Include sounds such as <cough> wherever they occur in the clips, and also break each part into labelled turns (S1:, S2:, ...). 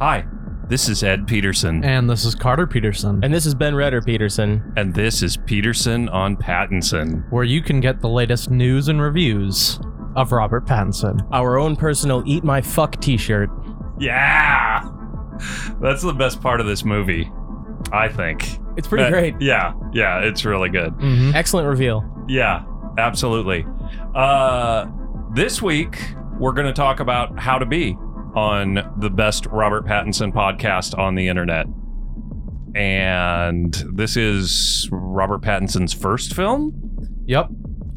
S1: Hi, this is Ed Peterson,
S2: And this is Carter Peterson,
S3: And this is Ben Redder Peterson.
S1: and this is Peterson on Pattinson.
S2: where you can get the latest news and reviews of Robert Pattinson.
S3: Our own personal Eat My Fuck t shirt.
S1: Yeah! <laughs> That's the best part of this movie, I think.
S3: It's pretty
S1: That-
S3: great.
S1: Yeah, yeah, it's really good.
S2: Mm-hmm.
S3: Excellent reveal.
S1: Yeah, absolutely. Uh, this week, we're going to talk about how to be on the best Robert Pattinson podcast on the internet. And this is Robert Pattinson's first film?
S2: Yep.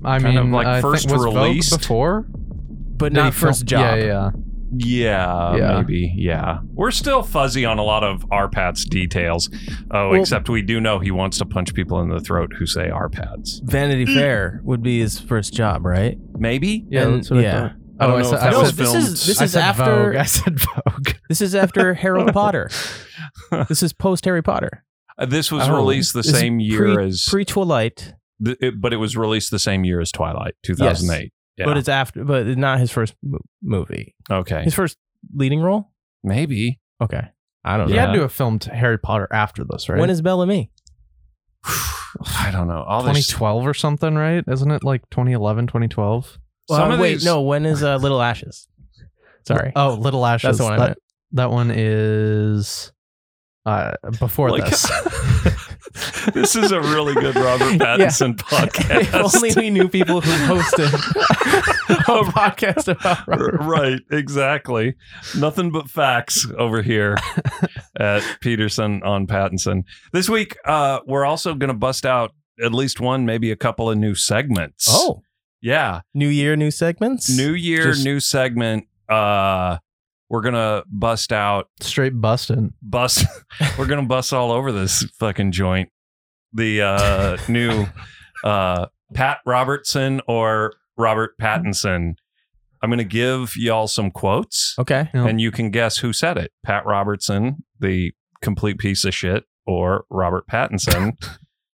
S2: I
S1: Kind
S2: mean,
S1: of like
S2: I
S1: first
S2: think was Vogue
S1: released.
S2: before,
S3: But
S2: Did he
S3: not first
S2: film-
S3: job.
S2: Yeah, yeah.
S1: Yeah,
S2: Yeah.
S1: maybe. Yeah. We're still fuzzy on a lot of RPAT's details. Oh,
S3: Well-
S1: except we do know he wants to punch people in the throat who say RPATs.
S3: Vanity Fair would be his first job, right?
S1: Maybe?
S2: Yeah,
S3: And-
S2: that's what I
S3: yeah.
S2: thought.
S1: I don't
S2: Oh, I
S1: know
S2: said-
S1: if that
S2: I
S3: no,
S1: was
S2: said-
S3: this
S1: filmed.
S3: is this
S2: I
S3: is
S2: said
S3: after
S2: Vogue. I said Vogue.
S3: <laughs> this is after
S1: <laughs>
S3: Harold Potter. This is post Harry Potter.
S1: Uh, This was
S2: Oh.
S1: released the
S3: This is
S1: same year
S3: pre-
S1: as
S3: Pre Twilight,
S1: th- it, but it was released the same year as Twilight, 2008. Yeah.
S3: but it's after, but not his first mo- movie.
S1: okay.
S3: His first leading role.
S1: Maybe. <sighs>
S3: Okay, I don't
S2: He
S3: know.
S1: Yeah.
S2: had to have filmed Harry Potter after this, right?
S3: When is Bellamy?
S1: I don't know. All this
S2: 2012 or something, right? Isn't it like 2011, 2012?
S1: Some of
S3: uh, wait,
S1: these-
S3: no. When is uh,
S1: <laughs>
S3: Little Ashes? Sorry,
S2: Oh, Little Ashes.
S3: that's the one I
S2: that,
S3: meant.
S2: that one is uh, before
S1: Like- <laughs>
S2: this.
S1: this is a really good
S3: <laughs>
S1: Robert Pattinson
S3: if only
S1: podcast.
S3: we knew people who
S1: <laughs>
S3: hosted a podcast about
S1: R-
S3: Robert.
S1: <laughs> right, exactly. Nothing but facts over
S3: <laughs>
S1: here at Peterson on Pattinson. This week, uh, we're also going to bust out at least one, maybe a couple of new segments.
S3: Oh,
S1: yeah.
S3: new year, new segments.
S1: New year,
S3: Just-
S1: new segment. Uh, we're going to bust out
S2: Straight busting.
S1: bust <laughs> we're gonna bust all over this fucking joint the
S3: <laughs>
S1: uh new uh pat robertson or robert pattinson i'm gonna give y'all some quotes
S3: Okay. <laughs>
S2: Yep.
S1: and you can guess who said it pat robertson the complete piece of shit or robert
S2: <laughs>
S1: pattinson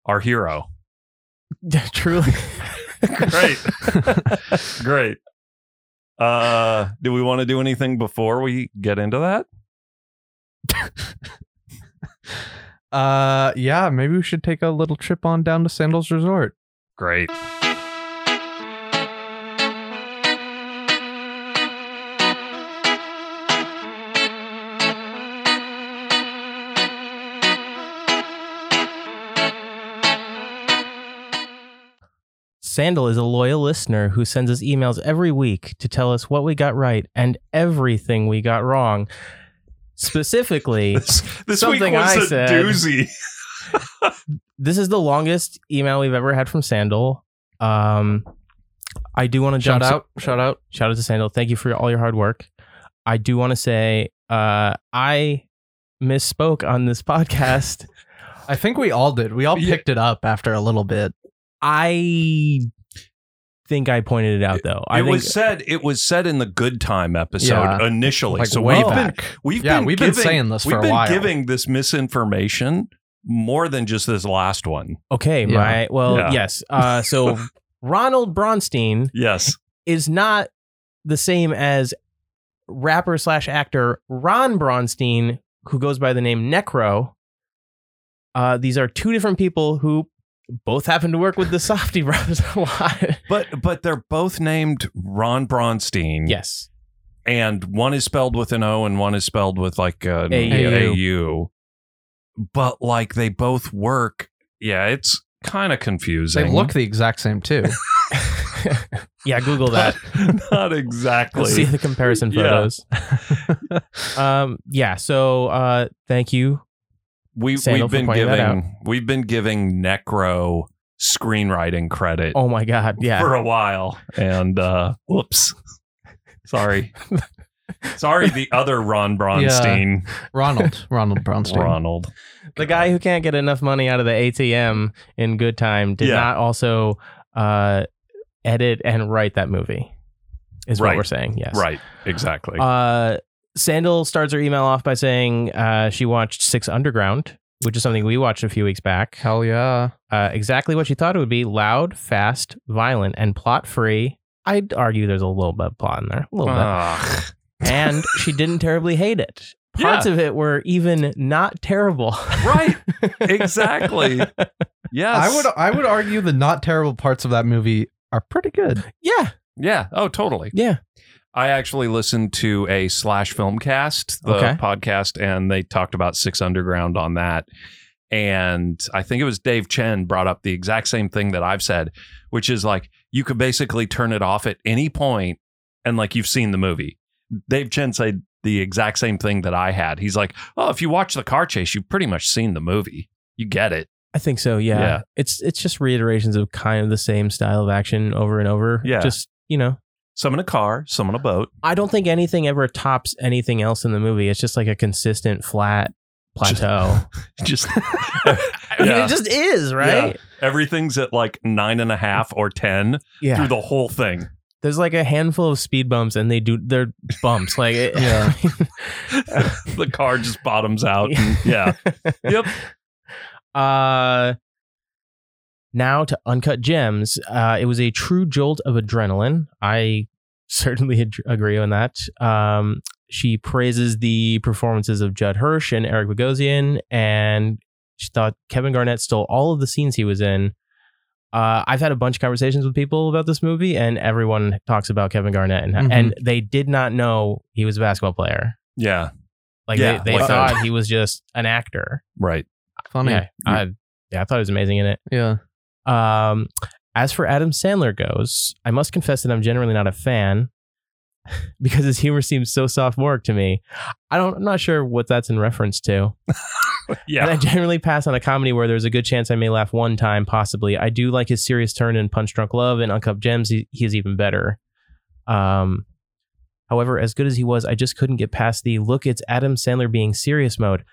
S1: our hero
S3: Yeah, truly.
S1: <laughs> great great uh do we want to do anything before we get into that
S2: Uh, yeah, maybe we should take a little trip on down to Sandals Resort. <laughs>
S1: great
S3: Sandal is a loyal listener who sends us emails every week to tell us what we got right and everything we got wrong.
S2: <laughs>
S3: Specifically,
S1: this, this week
S3: Something
S1: was
S3: I
S1: a
S3: said.
S1: doozy
S3: this is the longest email we've ever had from Sandal. Um, I do want to
S2: Shout
S3: jump
S2: out, shout out.
S3: Shout out to Sandal. Thank you for all your hard work. I do want to say uh, I misspoke on this <laughs> podcast.
S2: I think we all did. We all
S1: Yeah.
S2: picked it up after a little bit.
S3: I think I pointed it out though. I
S1: it
S3: think
S1: was said it was said in the good time episode
S2: Yeah.
S1: initially
S2: Like
S1: so
S2: way
S1: we've been
S2: back.
S1: we've
S2: yeah,
S1: been
S2: we've
S1: giving,
S2: been saying this
S1: we've
S2: for
S1: been
S2: a while.
S1: giving this misinformation more than just this last one
S3: okay.
S2: Yeah.
S3: My well,
S1: Yeah.
S3: yes.
S1: <laughs>
S3: Uh, so Ronald Bronstein
S1: yes
S3: is not the same as rapper slash actor Ron Bronstein, who goes by the name Necro. Uh, these are two different people who both happen to work with the <laughs> Softy Brothers a lot.
S1: but but they're both named ron bronstein
S3: yes.
S1: and one is spelled with an o and one is spelled with like an
S3: AU.
S1: AU. but like they both work yeah it's kind of confusing
S2: They
S1: <laughs>
S2: look the exact same too.
S3: yeah, Google that.
S1: not
S3: You'll see
S1: exactly
S3: the
S1: <laughs>
S3: comparison
S1: Yeah.
S3: photos. <laughs> um, yeah. So uh, thank you.
S1: we,
S3: Sandal
S1: we've
S3: for
S1: been
S3: pointing that out.
S1: giving we've been giving necro screenwriting credit
S3: Oh my God. Yeah.
S1: for a while. And uh whoops. <laughs>
S3: <laughs>
S1: Sorry. Sorry, the other Ron Bronstein.
S2: Ronald, Ronald Bronstein.
S1: Ronald.
S3: The guy who can't get enough money out of the ATM in good time did
S1: Yeah.
S3: not also uh, edit and write that movie, is
S1: Right.
S3: what we're saying. Yes.
S1: Right. Exactly.
S3: Uh, Sandal starts her email off by saying uh, she watched Six Underground, which is something we watched a few weeks back.
S2: Hell yeah.
S3: uh, exactly what she thought it would be loud, fast, violent, and plot free. Oh, I'd argue there's a little bit of plot in there, a little
S1: Ugh.
S3: bit. And she didn't terribly hate it. parts of it were even not terrible. <laughs>
S1: Right. Exactly. Yes.
S2: I would uh, I would argue the not terrible parts of that movie are pretty good.
S3: yeah.
S1: Yeah. Oh, totally.
S3: Yeah.
S1: I actually listened to a slash film cast, the
S3: Okay.
S1: podcast, and they talked about Six Underground on that. And I think it was Dave Chen brought up the exact same thing that I've said, which is like you could basically turn it off at any point and like you've seen the movie. Dave Chen said the exact same thing that I had. He's like, Oh, if you watch the car chase, you've pretty much seen the movie. You get it.
S3: I think so. Yeah.
S1: Yeah.
S3: It's it's just reiterations of kind of the same style of action over and over.
S1: Yeah.
S3: Just you know,
S1: Some in a car, some in a boat.
S3: I don't think anything ever tops anything else in the movie. It's just like a consistent flat plateau. <laughs>
S2: <laughs>
S1: Just
S3: I
S1: <laughs>
S3: mean,
S1: Yeah.
S3: it just is, right?
S1: everything's at like nine and a half or ten
S3: Yeah.
S1: through the whole thing.
S2: <laughs>
S3: There's like a handful of speed bumps, and they do they're bumps. Like, it, <laughs>
S2: Yeah.
S1: the car just bottoms out. and- yeah.
S2: <laughs>
S1: Yep.
S3: Uh, now to Uncut Gems. Uh, it was a true jolt of adrenaline. I <laughs> certainly ad- agree on that. Um, she praises the performances of Judd Hirsch and Eric Bogosian, and she thought Kevin Garnett stole all of the scenes he was in. Uh, I've had a bunch of conversations with people about this movie, and everyone talks about Kevin Garnett, and,
S2: Mhm.
S1: Mm-hmm.
S3: and they did not know he was a basketball player.
S1: Yeah.
S3: Like
S1: Yeah,
S3: they, they
S1: like uh,
S3: thought he was just an actor.
S1: Right.
S2: Funny.
S3: Yeah, I, yeah, I thought it was amazing in it.
S2: yeah.
S3: Um, as for Adam Sandler goes, I must confess that I'm generally not a fan <laughs> because his humor seems so sophomoric to me. I don't, I'm not sure what that's in reference to. And I
S1: Yeah.
S3: generally pass on a comedy where there's a good chance I may laugh one time, possibly. I do like his serious turn in Punch Drunk Love and Uncut Gems. He, he is even better. Um, however, as good as he was, I just couldn't get past the look. It's Adam Sandler being serious mode.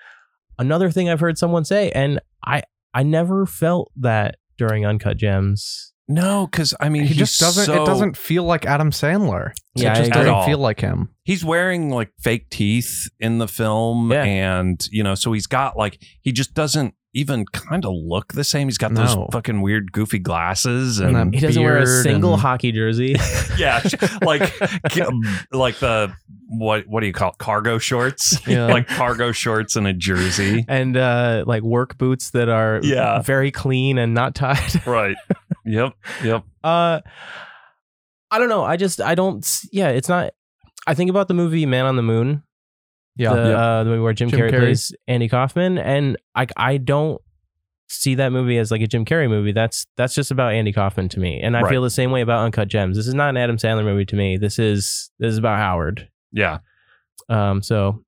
S3: Another thing I've heard someone say, and I I never felt that during Uncut Gems.
S1: No, because I mean,
S2: He
S1: he's
S2: just doesn't
S1: so-
S2: it doesn't feel like Adam Sandler.
S3: Yeah,
S2: it just
S3: I-
S1: At all.
S2: doesn't feel like him.
S1: He's wearing like fake teeth in the film,
S3: Yeah.
S1: and you know, so he's got like he just doesn't even kind of look the same. He's got those
S2: No.
S1: fucking weird goofy glasses
S2: And
S1: and,
S2: that
S3: He doesn't wear a
S2: Beard
S3: single
S2: and- <laughs>
S3: hockey jersey.
S1: <laughs> yeah, <laughs> like
S3: <laughs>
S1: like the what what do you call it? cargo shorts? <laughs>
S2: Yeah.
S1: like cargo shorts and a jersey.
S3: and uh, like work boots that are
S1: Yeah.
S3: very clean and not tied. <laughs>
S1: Right. Yep. Yep.
S3: Uh, I don't know. I just I don't. s- Yeah, it's not. I think about the movie Man on the Moon,
S2: Yeah.
S3: the, uh, the movie where Jim,
S2: Jim
S3: Carrey,
S2: Carrey.
S3: plays Andy Kaufman, and I I don't see that movie as like a Jim Carrey movie. That's that's just about Andy Kaufman to me, and I
S1: Right.
S3: feel the same way about Uncut Gems. This is not an Adam Sandler movie to me. This is this is about Howard.
S1: Yeah.
S3: Um, so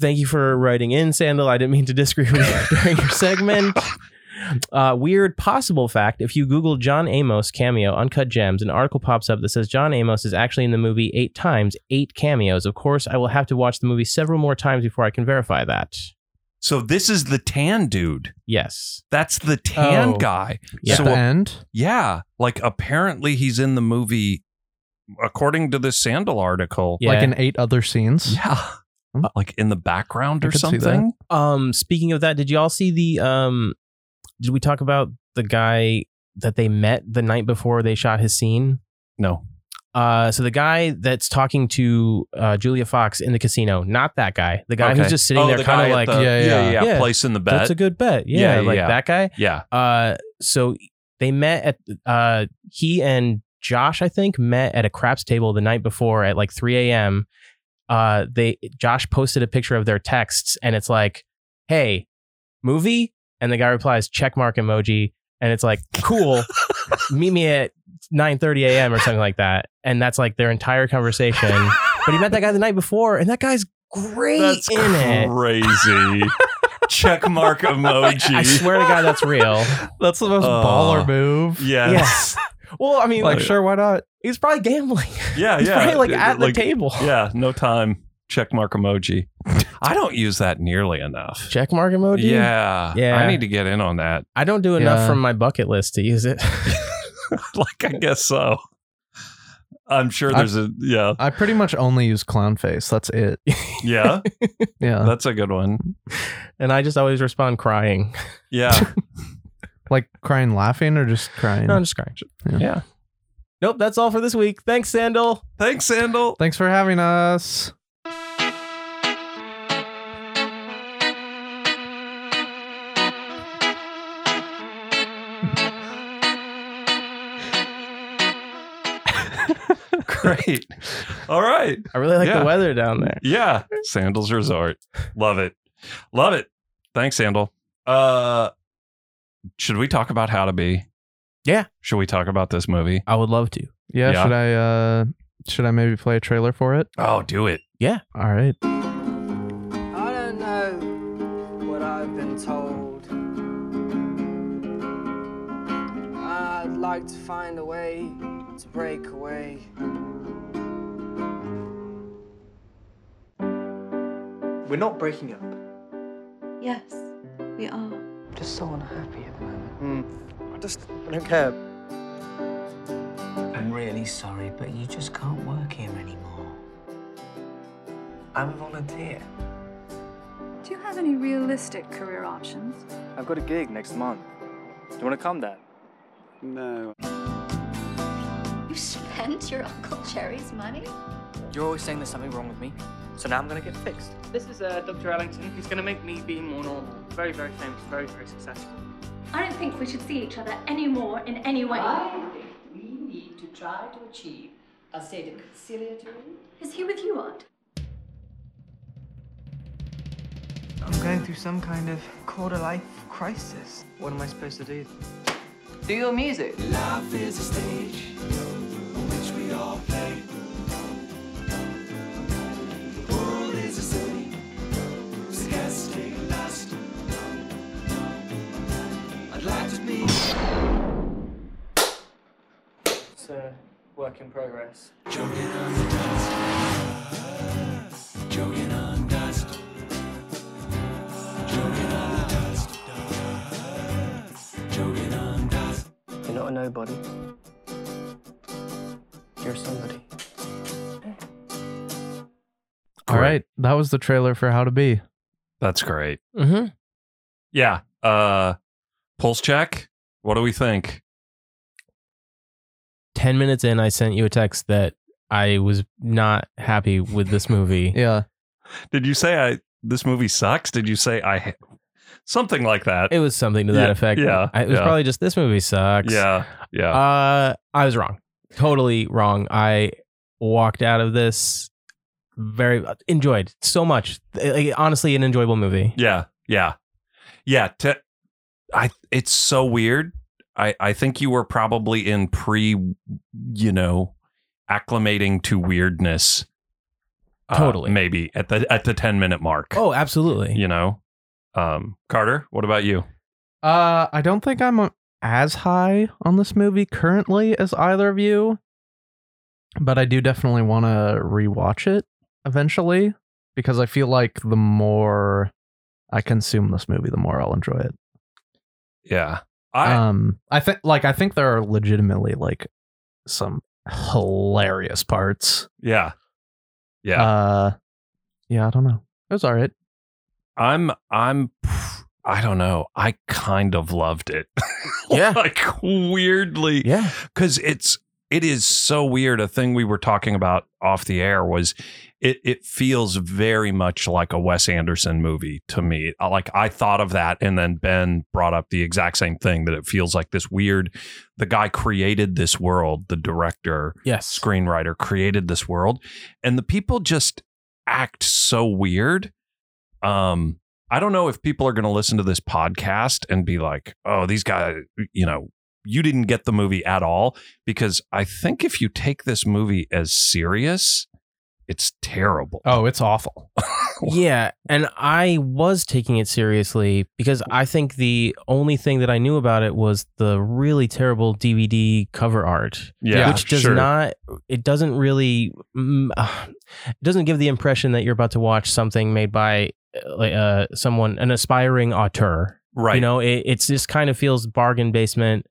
S3: thank you for writing in, Sandal. I didn't mean to disagree with you <laughs> during your segment. Uh, weird possible fact if you Google John Amos cameo Uncut Gems, an article pops up that says John Amos is actually in the movie eight times, eight cameos. Of course, I will have to watch the movie several more times before I can verify that.
S1: So this is the tan dude.
S3: Yes.
S1: That's the tan
S2: Oh.
S1: guy.
S3: Yeah.
S2: At the end.
S1: Yeah, like apparently he's in the movie, according to this Sandal article.
S3: Yeah.
S2: Like in eight other scenes.
S1: Yeah, Uh,
S2: Hmm.
S1: like in the background
S2: I
S1: or
S2: could see that.
S1: something.
S3: Um, speaking of that, did you all see the um did we talk about the guy that they met the night before they shot his scene?
S1: No,
S3: Uh, so the guy that's talking to uh, Julia Fox in the casino, not that guy. The guy
S1: Okay.
S3: who's just sitting
S1: Oh,
S3: there,
S1: the
S3: kind
S1: guy
S3: of
S1: at
S3: like,
S1: the-
S2: Yeah,
S1: yeah,
S2: yeah.
S1: yeah,
S3: Yeah.
S1: placing the bet.
S3: that's a good bet. Yeah,
S1: Yeah, yeah,
S3: like
S1: yeah.
S3: that guy.
S1: yeah,
S3: Uh, so they met at uh, he and Josh, I think, met at a craps table the night before at like 3 a.m. Uh, they Josh posted a picture of their texts, and it's like, "Hey, movie," and the guy replies, "Check mark emoji," and it's like, "Cool, meet me at 9:30 a.m. or something like that." And that's like their entire conversation. but he met that guy the night before, and that guy's great
S1: that's
S3: in it.
S1: crazy. <laughs> Check mark emoji.
S3: <laughs> I swear to God, that's real.
S2: That's the most
S1: Uh,
S2: baller move.
S1: Yes.
S3: Well, I mean,
S2: Like,
S3: like,
S2: sure, why not? <laughs>
S3: he's probably gambling.
S1: Yeah, yeah.
S3: He's probably like at the table.
S1: Yeah, no time. Check mark emoji. I don't use that nearly enough.
S3: <laughs> Check mark emoji.
S1: yeah,
S3: Oh, Yeah.
S1: I need to get in on that. <laughs>
S3: I don't do enough
S2: Yeah.
S3: from my bucket list to use <laughs> it.
S1: like, I guess so. I'm sure
S2: I-
S1: there's a yeah,
S2: <laughs> I pretty much only use clown face. That's it.
S1: yeah.
S2: <laughs>
S3: <laughs> Uh.
S2: Yeah.
S1: That's a good one.
S3: and I just always respond <laughs> crying.
S1: Yeah.
S2: like crying laughing or just crying.
S3: No, I'm just crying.
S2: Yeah.
S1: Yeah.
S3: Nope, that's all for this week. Thanks, Sandal. <laughs>
S1: Thanks, Sandal.
S2: Thanks for having us.
S1: Great. All right.
S3: I really like
S1: Yeah.
S3: the weather down there.
S1: Yeah. Sandals Resort. Love it. Love it. Thanks, Sandal. Uh should we talk about how to be?
S3: Yeah.
S1: Should we talk about this movie?
S3: I would love to.
S2: Yeah,
S1: Yeah.
S2: should I uh should I maybe play a trailer for it?
S1: Oh, do it.
S2: All right.
S4: I don't know what I've been told. I'd like to find a way to break away.
S5: We're not breaking up.
S6: Yes, we are.
S4: Just so unhappy at the moment.
S5: I just I don't care.
S4: I'm really sorry, but you just can't work here anymore. I'm a volunteer.
S6: Do you have any realistic career options?
S5: I've got a gig next month. Do you want to come there? No.
S6: You spent your Uncle Jerry's money?
S4: You're always saying there's something wrong with me, so now I'm gonna get fixed.
S7: This is uh, Dr. Ellington. He's going to make me be more normal. Very, very famous, very, very successful.
S8: I don't think we should see each other anymore in any way.
S9: I think we need to try to achieve a state of conciliatory
S8: Is he with you, Aunt?
S4: I'm going through some kind of quarter life crisis. What am I supposed to do?
S9: Do your music.
S7: It's a work in progress.
S4: You're not a nobody. You're somebody.
S2: All right. That was the trailer for How to Be.
S1: That's great.
S3: Mm-hmm.
S1: Yeah. Uh pulse check. What do we think?
S3: 10 minutes in, I sent you a text that I was not happy with this <laughs> movie.
S2: Yeah.
S1: Did you say I this movie sucks? Did you say I ha- something like that?
S3: It was something to that
S1: Yeah,
S3: effect.
S1: yeah,
S3: I, it was
S1: yeah.
S3: probably just this movie sucks.
S1: yeah. Yeah.
S3: Uh, I was wrong. Totally wrong. I walked out of this very uh, enjoyed so much. Like, honestly, an enjoyable movie.
S1: Yeah, yeah, yeah. Te- I it's so weird. I I think you were probably in pre, you know, acclimating to weirdness. uh,
S3: Totally.
S1: maybe at the at the ten minute mark.
S3: Oh, absolutely.
S1: you know, um, Carter. What about you?
S2: Uh I don't think I'm uh, as high on this movie currently as either of you, but I do definitely want to rewatch it eventually because I feel like the more I consume this movie, the more I'll enjoy it.
S1: Yeah,
S3: Uh,
S1: I
S2: um I think like I think there are legitimately like some hilarious parts.
S1: yeah yeah.
S2: Uh, yeah, I don't know. It was all right.
S1: I'm I'm I don't know. I kind of loved it. <laughs>
S3: Yeah.
S1: like weirdly.
S3: Yeah.
S1: because it's it is so weird. A thing we were talking about off the air was it it feels very much like a Wes Anderson movie to me. I- Like I thought of that, and then Ben brought up the exact same thing that it feels like this weird. The guy created this world. The director,
S3: Yes.
S1: screenwriter, created this world, and the people just act so weird. Um. I don't know if people are going to listen to this podcast and be like, "Oh, these guys, you know, you didn't get the movie at all because I think if you take this movie as serious, it's terrible.
S3: Uh,
S2: Oh, it's awful. <laughs>
S3: Yeah, and I was taking it seriously because I think the only thing that I knew about it was the really terrible DVD cover art,
S1: yeah,
S3: which does not it doesn't really mm, <sighs> uh, it doesn't give the impression that you're about to watch something made by uh, like uh, someone an aspiring auteur.
S1: right.
S3: You know, it it's just kind of feels bargain basement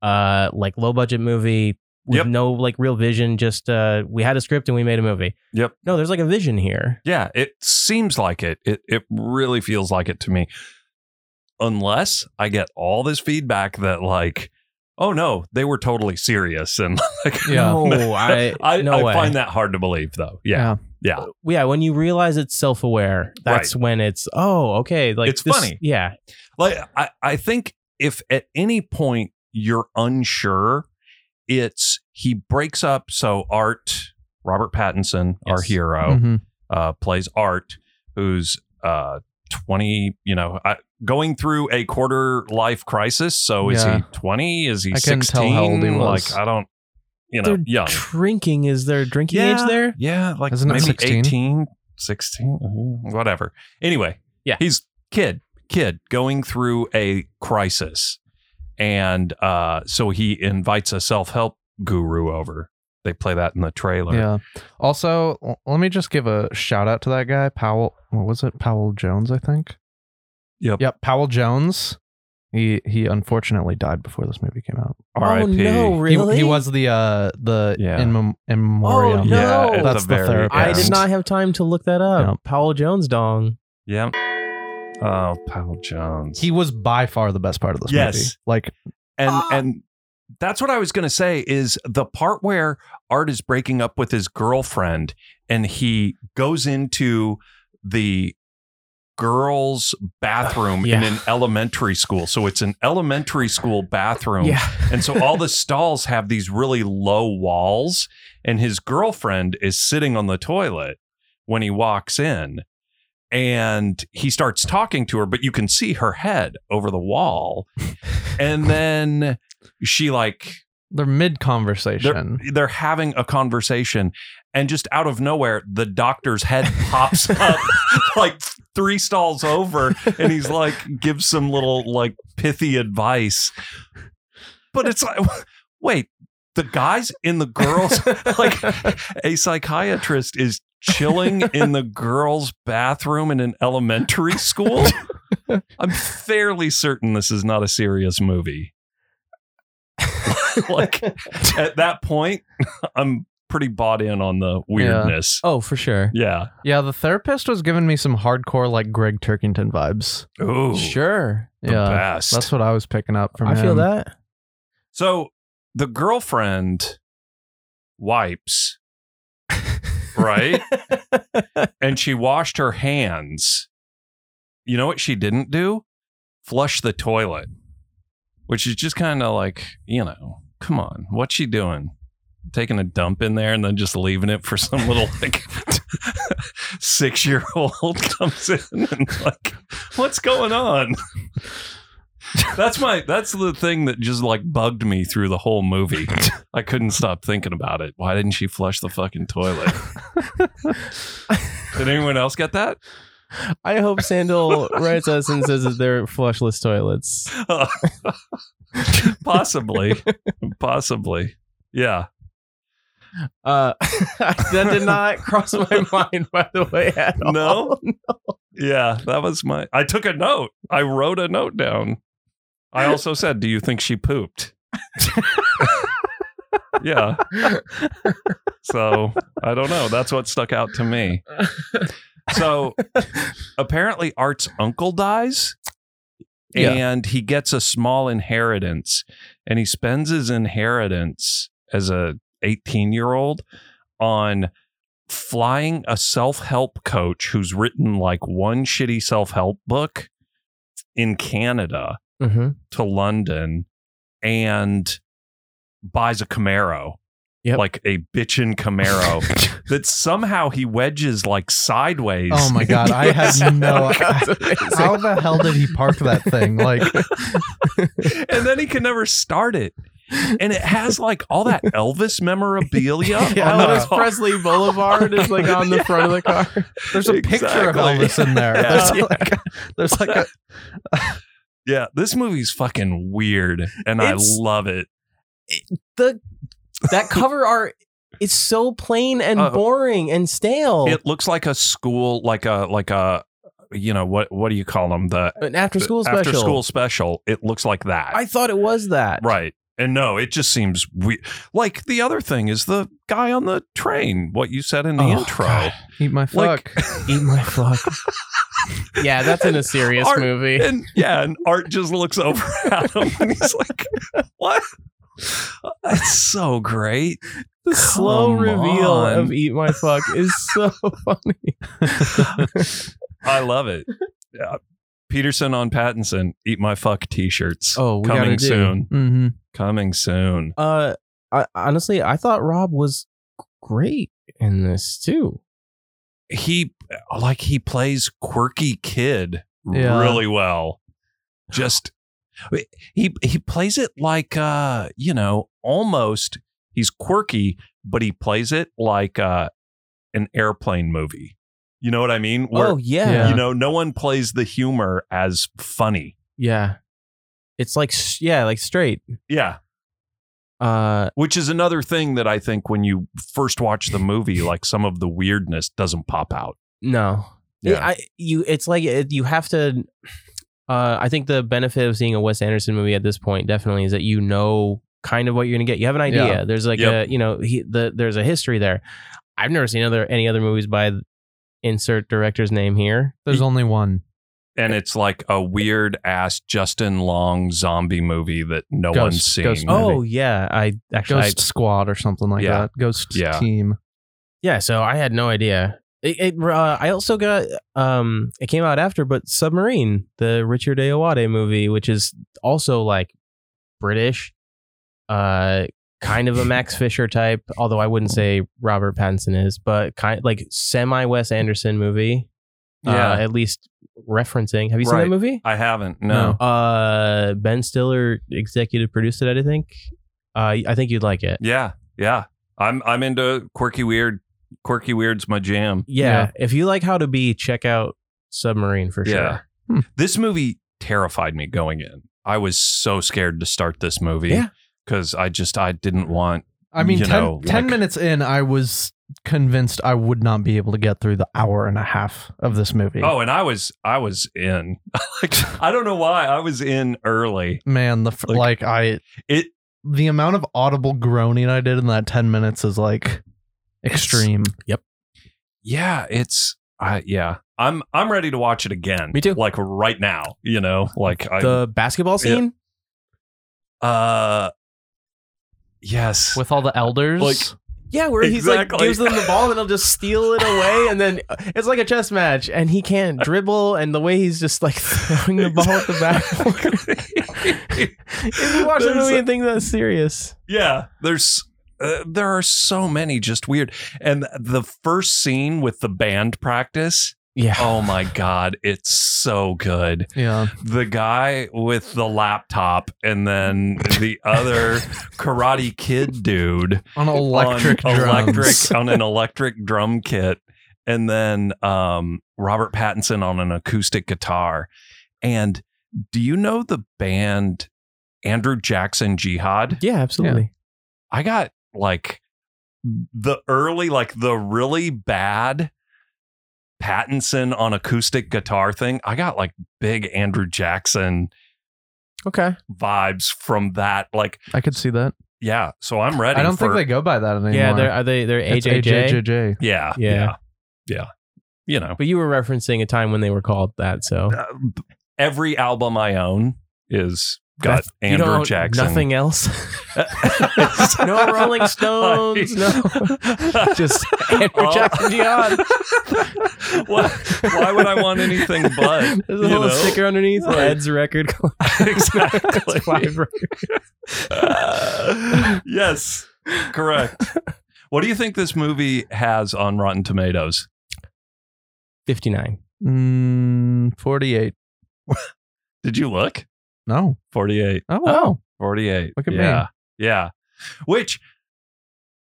S3: uh like low budget movie with
S1: Yep.
S3: no like real vision, just uh we had a script and we made a movie.
S1: Yep.
S3: No, there's like a vision here.
S1: <laughs> yeah, it seems like it. It it really feels like it to me. Unless I get all this feedback that like, oh no, they were totally serious and <laughs> like
S2: Yeah.
S3: No, <laughs> I,
S1: Um, <laughs> I,
S3: no
S1: I
S3: way.
S1: find that hard to believe though. Yeah. Yeah.
S3: yeah, when you realize it's self aware, that's when it's oh, okay, like
S1: It's
S3: this-
S1: funny.
S3: Yeah.
S1: Like I, I think if at any point you're unsure it's he breaks up. So Art, Robert Pattinson, our
S3: Yes. Mm-hmm.
S1: hero,
S2: Mhm.
S1: uh, plays Art, who's uh, 20, you know, I, going through a quarter life crisis. So is
S2: Yeah.
S1: he 20? Is he
S2: I
S1: 16?
S2: couldn't tell how old he was.
S1: Like, I don't, you know,
S3: They're
S1: young.
S3: drinking is their drinking age there.
S1: Um, Yeah, like
S2: Isn't it
S1: maybe
S2: 16?
S1: 18, 16, mhm, whatever. Anyway,
S3: Yeah.
S1: he's kid, kid going through a crisis. And uh, so he invites a self-help guru over. They play that in the trailer.
S2: Yeah. Also, l- let me just give a shout out to that guy, Powell. What was it? Powell Jones, I think.
S1: Yep.
S2: Yep. Powell Jones. He he unfortunately died before this movie came out.
S1: R.I.P.
S3: Oh no,
S2: He-
S3: really?
S2: He, was the uh the
S1: Yeah.
S2: in, mem- in
S3: Oh,
S2: memoriam.
S3: no.
S1: Yeah, at
S2: That's the
S1: very
S2: therapist.
S3: I did
S1: end.
S3: not have time to look that up.
S2: No.
S3: Powell Jones dong.
S1: Yeah. Oh, Powell Jones.
S2: He was by far the best part of this
S1: Yes.
S2: movie. Like
S1: and
S3: Ah.
S1: and that's what I was going to say is the part where Art is breaking up with his girlfriend and he goes into the girls' bathroom in
S3: Yeah.
S1: an elementary school. So it's an elementary school bathroom. And so all the stalls have these really low walls, and his girlfriend is sitting on the toilet when he walks in. And he starts talking to her, but you can see her head over the wall. And then she, like,
S2: they're mid
S1: they're,
S2: conversation.
S1: they're having a conversation. And just out of nowhere, the doctor's head pops up like three stalls over. And he's like, gives some little, like, pithy advice. But it's like, wait, the guys in the girls, <laughs> like, a psychiatrist is chilling in the girls' bathroom in an elementary
S2: <laughs>
S1: school. I'm fairly certain this is not a serious movie. <laughs> like at that point, I'm pretty bought in on the weirdness.
S3: <laughs> Oh, for sure.
S1: Yeah.
S2: Yeah, the therapist was giving me some hardcore like Greg Turkington vibes.
S1: Ooh.
S3: Sure.
S1: The
S2: yeah.
S1: best.
S2: That's what I was picking up from
S3: I feel
S2: him.
S3: that.
S1: So the girlfriend wipes, right? and she washed her hands. You know what she didn't do? Flush the toilet, which is just kind of like, you know, come on, what's she doing? Taking a dump in there and then just leaving it for some little like <laughs> six year old comes in and like, what's going on? That's my that's the thing that just like bugged me through the whole movie. I couldn't stop thinking about it. Why didn't she flush the fucking toilet? Did anyone else get that? <laughs>
S3: I hope <laughs> Sandal writes us and says that they're flushless toilets.
S1: possibly, possibly. Yeah.
S3: Uh, <laughs> that did not cross <laughs> my mind, by the way, at all.
S1: No? Yeah. That was my. I took a note. I wrote a note down. I also said, "Do you think she pooped?" <laughs> yeah. So I don't know. That's what stuck out to me. So apparently, Art's uncle dies.
S3: Yeah.
S1: And he gets a small inheritance, and he spends his inheritance as a 18 year old on flying a self help coach who's written like one shitty self help book in Canada
S3: Mm-hmm.
S1: to London and buys a Camaro.
S3: Yep.
S1: Like a bitchin'
S3: <laughs>
S1: Camaro
S2: <laughs>
S1: that somehow he wedges like sideways.
S2: Oh my god, I
S1: <laughs>
S2: had no How the hell did he park that thing? Like
S3: <laughs>
S1: and then he can never start it. And it has like all that Elvis
S2: <laughs>
S1: memorabilia. on the <laughs>
S3: Elvis
S1: car.
S3: Presley Boulevard is like on the front of the <laughs> car.
S2: there's a picture of
S1: Exactly.
S2: Elvis in there.
S1: Yeah.
S2: There's like a, there's like
S1: <laughs>
S2: a
S1: Yeah, this movie's fucking weird, and I
S3: It's-
S1: love it.
S3: That cover art is so plain and
S1: Uh,
S3: boring and stale.
S1: It looks like a school, like a like a, you know what what do you call them? The
S3: An after school special.
S1: After school special. It looks like that,
S3: I thought it was that.
S1: right? And no, it just seems we like the other thing is the guy on the train. What you said in the
S3: Oh,
S1: intro.
S3: God. <laughs>
S2: eat my
S1: Like-
S2: fuck.
S3: Eat my fuck. <laughs> yeah, that's in a serious
S1: Art-
S3: movie.
S1: And yeah, and Art just looks over <laughs> at him and he's like, "What? That's so
S3: <laughs>
S1: great."
S3: The slow
S1: Come
S3: reveal
S1: on.
S3: of Eat My Fuck is <laughs> so funny.
S1: I love it. Yeah. Peterson on Pattinson, eat my fuck t-shirts.
S3: Oh, we
S1: coming
S3: gotta do.
S1: soon.
S2: mm-hmm.
S1: Coming soon.
S3: Uh, I, honestly, I thought Rob was great in this too.
S1: He like he plays quirky kid
S2: Yeah.
S1: really well. Just he he plays it like uh, you know, almost he's quirky, but he plays it like uh an airplane movie. You know what I mean?
S3: oh yeah.
S2: Yeah.
S1: you know, no one plays the humor as funny.
S3: Yeah. It's like s- yeah, like straight.
S1: Yeah.
S3: Uh
S1: Which is another thing that I think when you first watch the movie, like some of the weirdness doesn't pop out.
S3: no.
S1: Yeah.
S3: I you it's like it, you have to uh I think the benefit of seeing a Wes Anderson movie at this point definitely is that you know kind of what you're going to get. You have an idea.
S2: Yeah.
S3: There's like
S1: Yep.
S3: a, you know, he, the there's a history there. I've never seen other any other movies by th- insert director's name here.
S2: There's only one.
S1: And it's like a weird ass Justin Long zombie movie that no
S2: Ghost-
S1: one's seen.
S2: Ghost movie.
S3: Oh yeah, I actually I-
S2: Ghost Squad or something like
S1: Yeah.
S2: that. Ghost
S1: Yeah.
S2: Team.
S3: Yeah, so I had no idea. It, it, uh, I also got um it came out after but Submarine, the Richard Ayoade movie, which is also like British uh kind of
S1: <laughs>
S3: a Max Fisher type, although I wouldn't say Robert Pattinson is, but kind like semi Wes Anderson movie.
S1: Yeah.
S3: Uh, at least referencing. Have you seen
S1: Right.
S3: that movie?
S1: I haven't. No.
S3: Uh Ben Stiller executive produced it, I think. Uh I think you'd like it.
S1: Yeah. Yeah. I'm I'm into quirky weird. Quirky weird's my jam.
S3: Yeah, if you like How to Be, check out Submarine for sure.
S1: Yeah. This movie terrified me going in. I was so scared to start this movie.
S3: Yeah.
S1: Because I just I didn't want
S2: I mean,
S1: You
S2: ten,
S1: know,
S2: 10
S1: like-
S2: minutes in, I was convinced I would not be able to get through the hour and a half of this movie.
S1: Oh, and I was I was in. <laughs> like I don't know why. I was in early.
S2: man, the f-
S1: Like-
S2: like, I
S1: It
S2: the amount of audible groaning I did in that 10 minutes is like extreme.
S1: yeah, it's I yeah. I'm I'm ready to watch it again.
S3: Me too.
S1: Like right now, you know, like I
S3: The basketball
S1: Yeah.
S3: scene?
S1: uh yes.
S2: With all the elders.
S1: Like-
S3: Yeah, where he's like
S1: Exactly.
S3: gives them the ball and he'll just steal it away and then it's like a chess match and
S1: <laughs>
S3: he can't dribble and the way he's just like throwing the ball at the
S1: <laughs>
S3: back. if you watch the
S1: There's-
S3: movie and think that's serious.
S1: yeah, there's uh, there are so many just weird. And the first scene with the band practice,
S3: Yeah.
S1: oh my god, it's so good.
S2: yeah.
S1: the guy with the laptop and then the other karate kid dude
S2: On electric
S1: on
S2: drums.
S1: electric on an electric drum kit and then um Robert Pattinson on an acoustic guitar and do you know the band Andrew Jackson Jihad
S3: Yeah, absolutely.
S1: I got like the early, like the really bad Pattinson on acoustic guitar thing. I got like big Andrew Jackson
S3: Okay.
S1: vibes from that. Like,
S2: I could see that.
S1: yeah. So I'm ready.
S2: I don't think
S1: for-
S2: they go by that anymore.
S3: Yeah, they're are they they're
S2: It's
S3: AJJ.
S2: AJJJ.
S1: Yeah.
S3: Yeah.
S1: Yeah. Yeah. You know,
S3: But you were referencing a time when they were called that, so
S1: uh, every album I own is got
S3: That's- you
S1: Andrew
S3: don't-
S1: Jackson. <laughs>
S2: <laughs>
S3: Nothing <laughs> else. no Rolling Stones. <laughs> No. Just Andrew
S1: Oh.
S3: Jackson <laughs> Jihad.
S1: why, why would I want anything but?
S3: <laughs> There's a
S1: you
S3: little
S1: know?
S3: sticker underneath
S1: Right.
S3: Ed's <laughs> record.
S1: <laughs> Exactly.
S3: It's five records.
S1: Uh, yes, correct. What do you think this movie has on Rotten Tomatoes?
S3: 59.
S2: Mm, 48.
S1: Did you look?
S2: No.
S1: 48.
S2: Oh, wow.
S1: 48.
S2: Look at me.
S1: yeah. Yeah. Which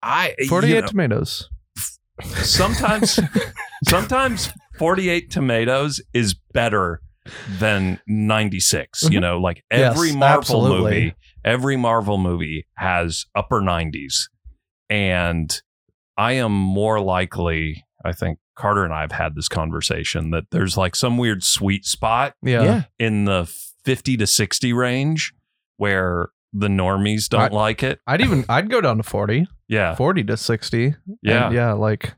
S1: I you
S2: 48
S1: know,
S2: tomatoes. <laughs>
S1: sometimes sometimes 48 tomatoes is better than 96, you
S2: Mhm.
S1: know, like
S2: Yes,
S1: every Marvel
S2: absolutely.
S1: movie, every Marvel movie has upper 90s. And I am more likely, I think Carter and I have had this conversation that there's like some weird sweet spot
S2: Yeah.
S1: in the 50 to 60 range where the normies don't
S2: Right.
S1: like it.
S2: I'd even I'd go down to 40.
S1: Yeah.
S2: 40 to 60.
S1: Uh. Yeah.
S2: And yeah, like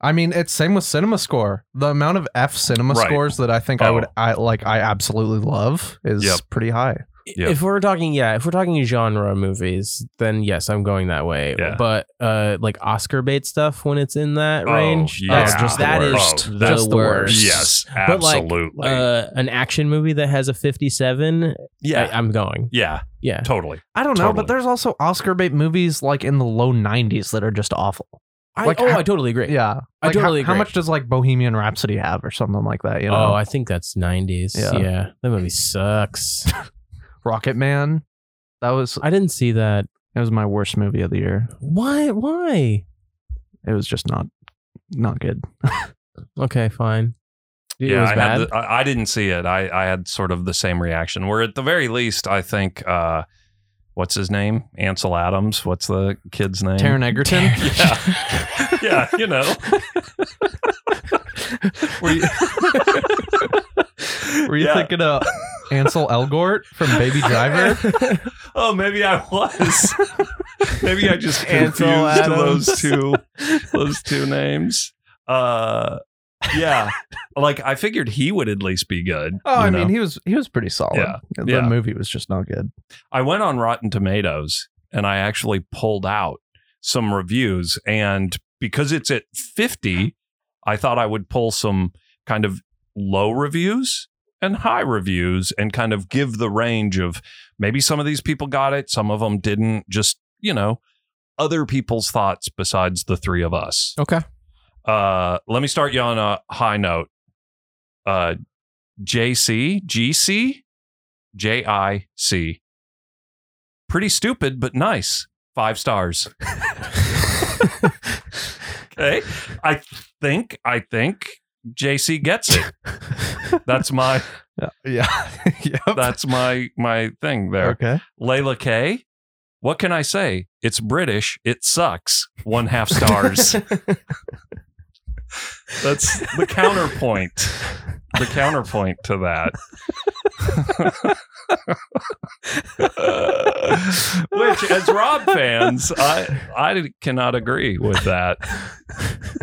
S2: I mean, it's same with cinema score. The amount of F cinema
S1: Right.
S2: scores that I think I would
S1: Oh.
S2: I like I absolutely love is
S1: Yep.
S2: pretty high.
S1: Yeah.
S3: If we're talking, yeah, if we're talking genre movies, then yes, I'm going that way.
S1: Yeah.
S3: But uh, like Oscar bait stuff when it's in that
S1: Oh,
S3: range,
S1: yeah.
S3: that's just
S1: That
S3: that
S1: is
S3: is Oh,
S1: the
S3: that's the worst.
S1: Yes,
S3: But, like,
S1: absolutely.
S3: Uh, an action movie that has a 57,
S1: yeah,
S3: I, I'm going.
S1: yeah,
S3: Yeah.
S1: totally.
S2: I don't know,
S1: Totally.
S2: but there's also Oscar bait movies like in the low 90s that are just awful.
S3: I,
S2: Like,
S3: oh,
S2: how-
S3: I totally agree.
S2: Yeah.
S3: I
S2: Like, how-
S3: totally
S2: how,
S3: agree.
S2: much does like Bohemian Rhapsody have or something like that, you know?
S3: Oh, I think that's 90s.
S2: Yeah.
S3: Yeah. That movie sucks.
S2: Rocket Man. That was
S3: I didn't see that.
S2: that was my worst movie of the year.
S3: Why? Why?
S2: It was just not not good.
S3: Okay, fine. It
S1: yeah,
S3: was
S1: I,
S3: bad.
S1: had the, I, I didn't see it. I, I had sort of the same reaction. Where at the very least, I think, uh, what's his name? Ansel Adams. What's the kid's name?
S2: Taron Egerton.
S1: <laughs> Yeah, yeah, you know.
S2: Were you, <laughs> were you
S1: Yeah.
S2: thinking of Ansel Elgort from Baby Driver?
S1: <laughs> Oh, maybe I was. maybe I just confused
S3: Ansel Adams.
S1: those two those two names. Uh, yeah, like I figured he would at least be good.
S2: Oh,
S1: you
S2: I
S1: know?
S2: mean, he was he was pretty solid.
S1: Yeah.
S2: The
S1: Yeah.
S2: movie was just
S1: <laughs>
S2: not good.
S1: I went on Rotten Tomatoes and I actually pulled out some reviews. And because it's at 50, I thought I would pull some kind of low reviews and high reviews and kind of give the range of maybe some of these people got it, some of them didn't, just, you know, other people's thoughts besides the three of us.
S3: okay.
S1: Uh, let me start you on a high note. Uh, JC, GC, JIC. Pretty stupid, but nice. Five stars. okay. I think, I think JC gets it. That's my,
S2: Yeah. Yeah. <laughs> yep.
S1: that's my, my thing there.
S2: okay.
S1: Layla K. What can I say? It's British. It sucks. One half stars. That's the counterpoint. The counterpoint to that. <laughs> Which,
S3: <laughs>
S1: as Rob
S2: <laughs>
S1: fans, I I cannot agree with that.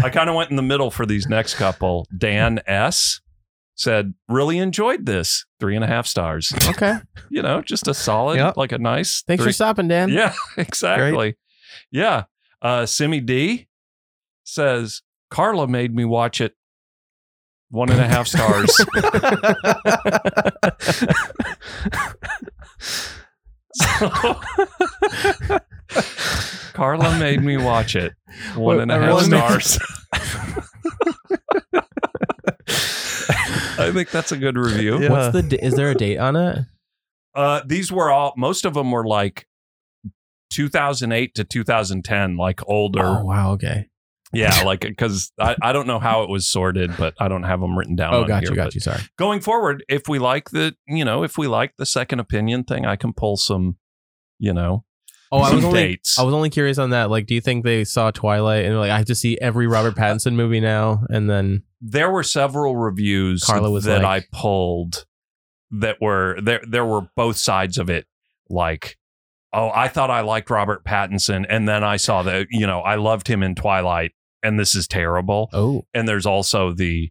S1: I kind of went in the middle for these next couple. Dan S said, "Really enjoyed this. Three and a half
S3: <laughs>
S1: stars.
S3: Okay.
S1: You know, just a solid,
S2: Yep.
S1: like a nice.
S3: Thanks for
S1: three-
S3: stopping, Dan.
S1: yeah, <laughs> exactly. Yeah. Uh Simi D says Carla made me watch it one and a half
S3: <laughs>
S1: stars. So- <laughs> Carla made me watch it one and a half
S3: One-
S1: stars.
S3: <laughs>
S1: I think that's a good review.
S3: What's the? da- Is
S2: <laughs>
S3: there a date on it?
S1: Uh, these were all. Most of them were like 2008 to 2010, like older.
S3: Oh wow. Okay.
S1: Yeah, like because I, I don't know how it was sorted, but I don't have them written down.
S3: Oh,
S1: on
S3: got
S1: here,
S3: you.
S1: but
S3: Got you. Sorry.
S1: Going forward, if we like the, you know, if we like the second opinion thing, I can pull some, you know,
S3: Oh, I
S1: <laughs> some
S3: was only.
S1: dates.
S3: I was only curious on that. Like, do you think they saw Twilight and were like I have to see
S1: <laughs>
S3: every Robert Pattinson movie now? And then
S1: there were several reviews
S3: Carla was
S1: that
S3: like-
S1: I pulled that were there there were both sides of it like oh I thought I liked Robert Pattinson and then I saw that you know I loved him in Twilight and this is terrible
S3: oh,
S1: and there's also the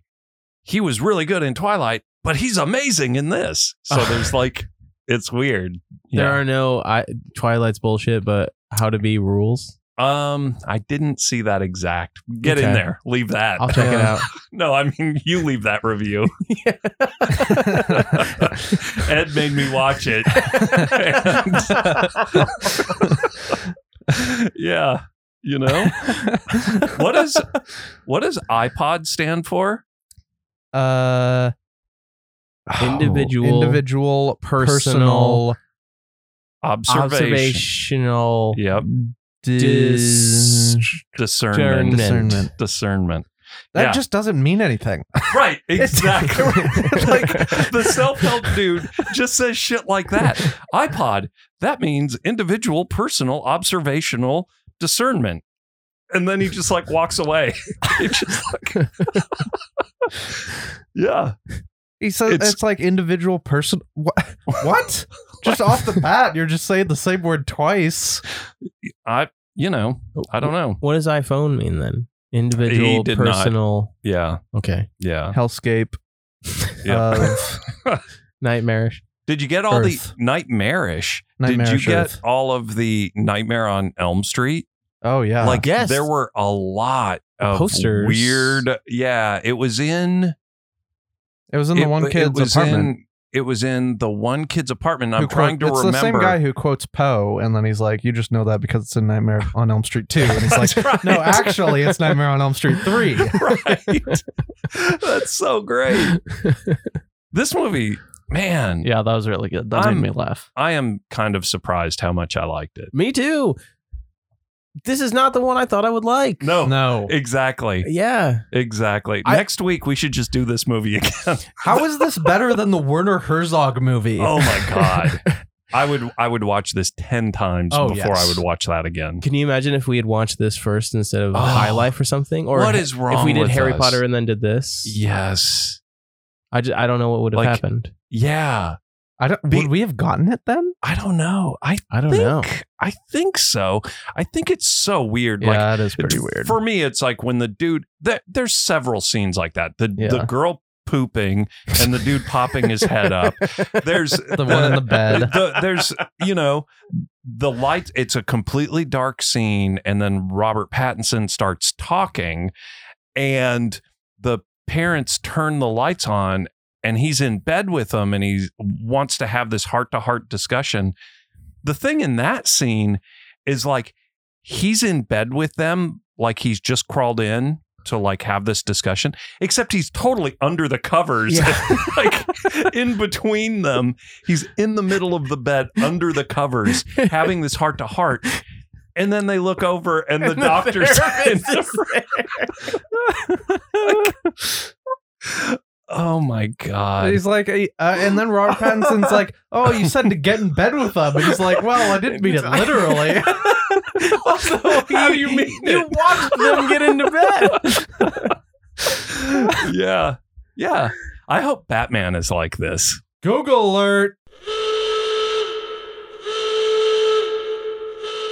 S1: he was really good in Twilight but he's amazing in this
S3: <laughs>
S1: so there's like it's weird
S3: there
S1: yeah.
S3: are no I, Twilight's bullshit, but How to Be rules.
S1: um I didn't see that exact get in
S3: Okay.
S1: there leave that
S3: I'll
S1: <laughs>
S3: check it out.
S1: No, I mean you leave that review. <laughs> <laughs> Ed made
S2: <laughs>
S1: me watch it. <laughs> And- <laughs> yeah, you know what does what does iPod stand <sighs> for?
S2: Uh,
S3: Individual-
S2: individual,
S3: personal
S2: personal,
S1: Observation.
S3: Observational.
S1: Yep,
S3: Dis-
S1: discernment.
S2: discernment.
S1: Discernment.
S2: That
S1: Yeah.
S2: just doesn't mean anything.
S1: Right, <laughs> exactly.
S2: It's
S1: <laughs> like
S2: <laughs> like- <laughs>
S1: the self-help dude just says shit like that. iPod, that means individual personal observational discernment. And then he just like walks away. <laughs> It's just like <laughs> Yeah.
S2: He says
S1: It's-
S2: it's, like individual person. What? what? just off the bat, you're just saying the same word twice.
S1: I you know, I don't know.
S3: Oh, What does iPhone mean then? Individual,
S1: did not.
S3: personal.
S1: Yeah.
S3: Okay.
S1: Yeah.
S2: Hellscape.
S1: <laughs> Yeah.
S2: of-
S3: Nightmarish.
S1: Did you get all
S2: Earth.
S1: the nightmarish? Did
S2: Nightmarish
S1: you
S2: Earth.
S1: get all of the Nightmare on Elm Street?
S2: Oh yeah.
S1: like
S3: Yes.
S1: there were a lot of
S3: Posters.
S1: Weird. Yeah, it was in
S2: it was in the
S1: it-
S2: one
S1: it
S2: kid's
S1: was
S2: apartment.
S1: In, it was in the one kid's apartment.
S2: who
S1: I'm trying
S2: quote-
S1: to
S2: it's
S1: remember.
S2: the same guy who quotes Poe, and then he's like, "You just know that because it's in Nightmare on Elm Street 2. and he's like,
S1: <laughs> That's
S2: <laughs>
S1: right.
S2: "No, actually, it's Nightmare on Elm Street 3. <laughs>
S1: right. That's so great. This movie, man,
S2: Yeah, that was really good.
S1: That made I'm- me
S2: laugh.
S1: I am kind of surprised how much I liked it.
S3: Me too. This is not the one I thought I would
S1: <laughs>
S3: like.
S1: No,
S2: No,
S1: exactly,
S3: Yeah.
S1: exactly.
S3: I-
S1: Next week we should just do this movie
S2: <laughs>
S1: again.
S2: how is this better than the Werner Herzog movie?
S1: oh my god,
S2: <laughs>
S1: I would I would watch this ten times
S2: Oh,
S1: before
S2: yes.
S1: I would watch that again.
S3: Can you imagine if we had watched this first instead of
S1: Oh.
S3: High Life or something? Or
S1: what is wrong?
S3: if we did
S1: with
S3: Harry
S1: us?
S3: Potter and then did this?
S1: Yes.
S3: I, ju- I don't know what would have
S1: Like-
S3: happened.
S1: Yeah.
S2: I don't,
S1: Be-
S2: would we have gotten it then?
S1: I don't know. I
S3: I don't
S1: think,
S3: know.
S1: I think so. I think it's so weird. like
S2: it is
S1: It's- For me, it's like when the dude there, there's several scenes like that. The the
S2: Yeah.
S1: girl pooping and the dude popping his head
S3: <laughs>
S1: up. There's
S2: the one in
S1: <laughs>
S2: the bed.
S1: the- there's you know the light it's a completely dark scene and then Robert Pattinson starts talking and the parents turn the lights on and he's in bed with them and he wants to have this heart to heart discussion the thing in that scene is like he's in bed with them like he's just crawled in to like have this discussion except he's totally under the covers <laughs> like in between them he's in the middle of the bed under the covers having this heart to heart and then they look over and, the,
S3: And the
S1: doctor's in
S3: therapist
S1: the
S3: is
S1: <laughs> front. oh my god
S2: He's like, uh, and then Robert <laughs> Pattinson's like, "Oh, you said to get in bed with them," and he's like, "Well, I didn't mean it <laughs> literally."
S1: <laughs> Also, how do you mean
S3: You
S1: it?
S3: watched them get into bed.
S1: <laughs> yeah. Yeah. I hope Batman is like this.
S2: Google alert.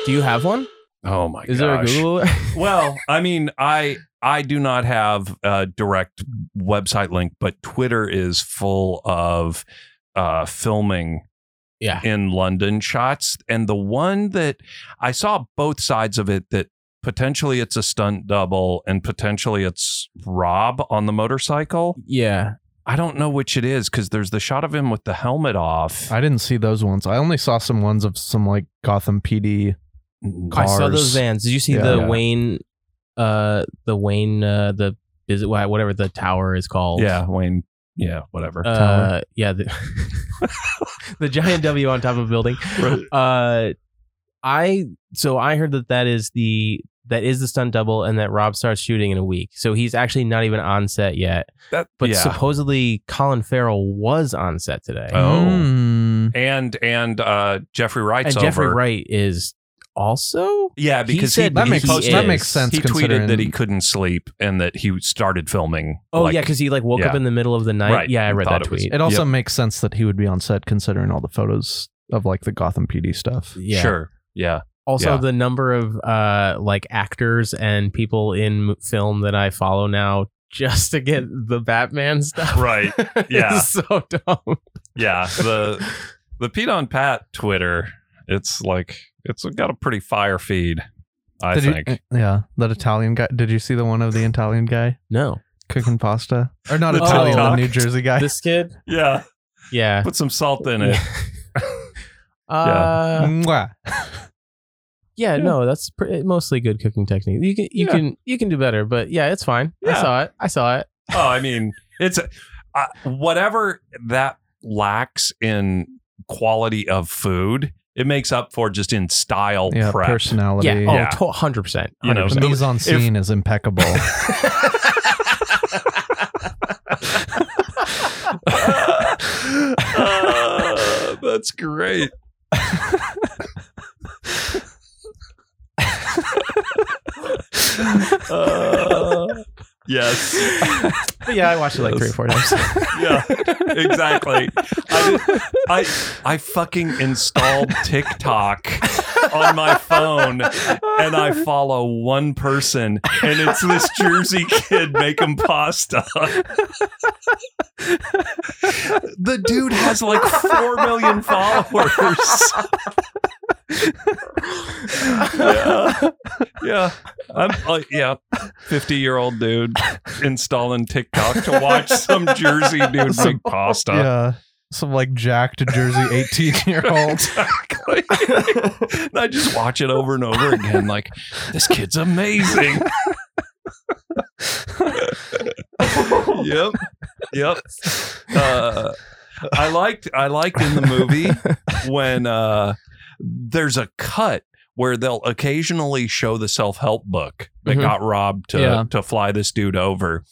S3: Do you have one?
S1: Oh my
S3: Is there a
S1: gosh.
S3: Google?
S1: well, I mean, I I do not have a direct website link, but Twitter is full of uh filming
S3: Yeah.
S1: in London shots. And the one that I saw both sides of it that potentially it's a stunt double and potentially it's Rob on the motorcycle.
S3: <laughs> Yeah.
S1: I don't know which it is because there's the shot of him with the helmet off.
S2: I didn't see those ones. I only saw some ones of some like Gotham PD.
S1: Mm,
S3: I saw those
S2: Cars.
S3: vans. Did you see
S2: Yeah.
S3: the
S1: Yeah.
S3: Wayne, uh, the Wayne, uh, the is it wha- whatever the tower is called?
S1: yeah, Wayne. Yeah, whatever.
S3: Uh, yeah. The, <laughs>
S2: <laughs>
S3: the giant W on top of a building. Uh, I so I heard that that is the that is the stunt double, and that Rob starts shooting in a week. So he's actually not even on set yet.
S1: That-
S3: But
S1: yeah.
S3: supposedly Colin Farrell was on set today,
S1: Oh.
S2: Hmm.
S1: and and uh, Jeffrey Wright's
S3: and Jeffrey
S1: over.
S3: Wright is also.
S1: Yeah,
S3: He
S1: because he,
S3: said
S2: that
S1: he
S2: makes
S1: posted,
S2: that makes sense.
S1: He tweeted that he
S2: considering-
S1: couldn't sleep and that he started filming.
S3: Oh
S1: like-
S3: yeah, because he like woke
S1: yeah.
S3: up in the middle of the night.
S1: Right.
S3: Yeah, I read
S1: Thought
S3: that
S1: it was-
S3: tweet.
S2: It also makes sense that he would be on set considering all the photos of like the Gotham PD stuff.
S3: yeah.
S1: sure, yeah,
S3: Also,
S1: Yeah.
S3: the number of uh like actors and people in m- film that I follow now just to get the Batman
S1: <laughs> <laughs>
S3: stuff. <laughs>
S1: right, Yeah.
S3: is so dumb.
S1: yeah. The the Pete on Pat Twitter, it's like it's got a pretty fire feed. I
S2: Did you-
S1: think
S2: yeah, that Italian guy. Did you see the one of the Italian guy
S3: No,
S2: cooking pasta? Or not
S1: The
S2: Italian, the
S1: TikTok.
S2: New Jersey guy.
S3: this kid.
S1: yeah,
S3: Yeah.
S1: put some salt in
S2: <laughs>
S1: it.
S3: Uh,
S2: Mwah.
S3: yeah, no, that's pr- mostly good cooking technique. You can, you
S1: Yeah.
S3: can, you can do better, but yeah, it's fine. I
S1: Yeah.
S3: saw it. I saw it.
S1: Oh, I mean, it's uh, whatever that lacks in quality of food, it makes up for just in style
S2: Oh, Yeah,
S1: prep.
S2: personality.
S3: yeah,
S1: Yeah.
S3: oh, hundred percent.
S1: You know,
S2: the mise en scene is
S3: <laughs>
S2: impeccable.
S1: Uh, <laughs> that's great. Uh, yes.
S3: But yeah, I watched it like
S1: Yes.
S3: three or four times.
S1: Yeah, exactly. I, I I fucking installed TikTok on my phone and I follow one person and it's this Jersey kid making pasta. the dude has like 4 million followers. yeah. Yeah. I'm uh, yeah, 50-year-old dude installing TikTok to watch some Jersey dude make pasta. <laughs>
S2: Yeah. Some like jacked Jersey 18
S3: <laughs>
S2: year old.
S1: Exactly. and I just watch it over and over again. Like, this kid's amazing. yep. Yep. Uh, I liked I liked in the movie when uh, there's a cut where they'll occasionally show the self-help book that
S3: Mhm.
S1: got robbed to
S2: Yeah.
S1: to fly this dude over.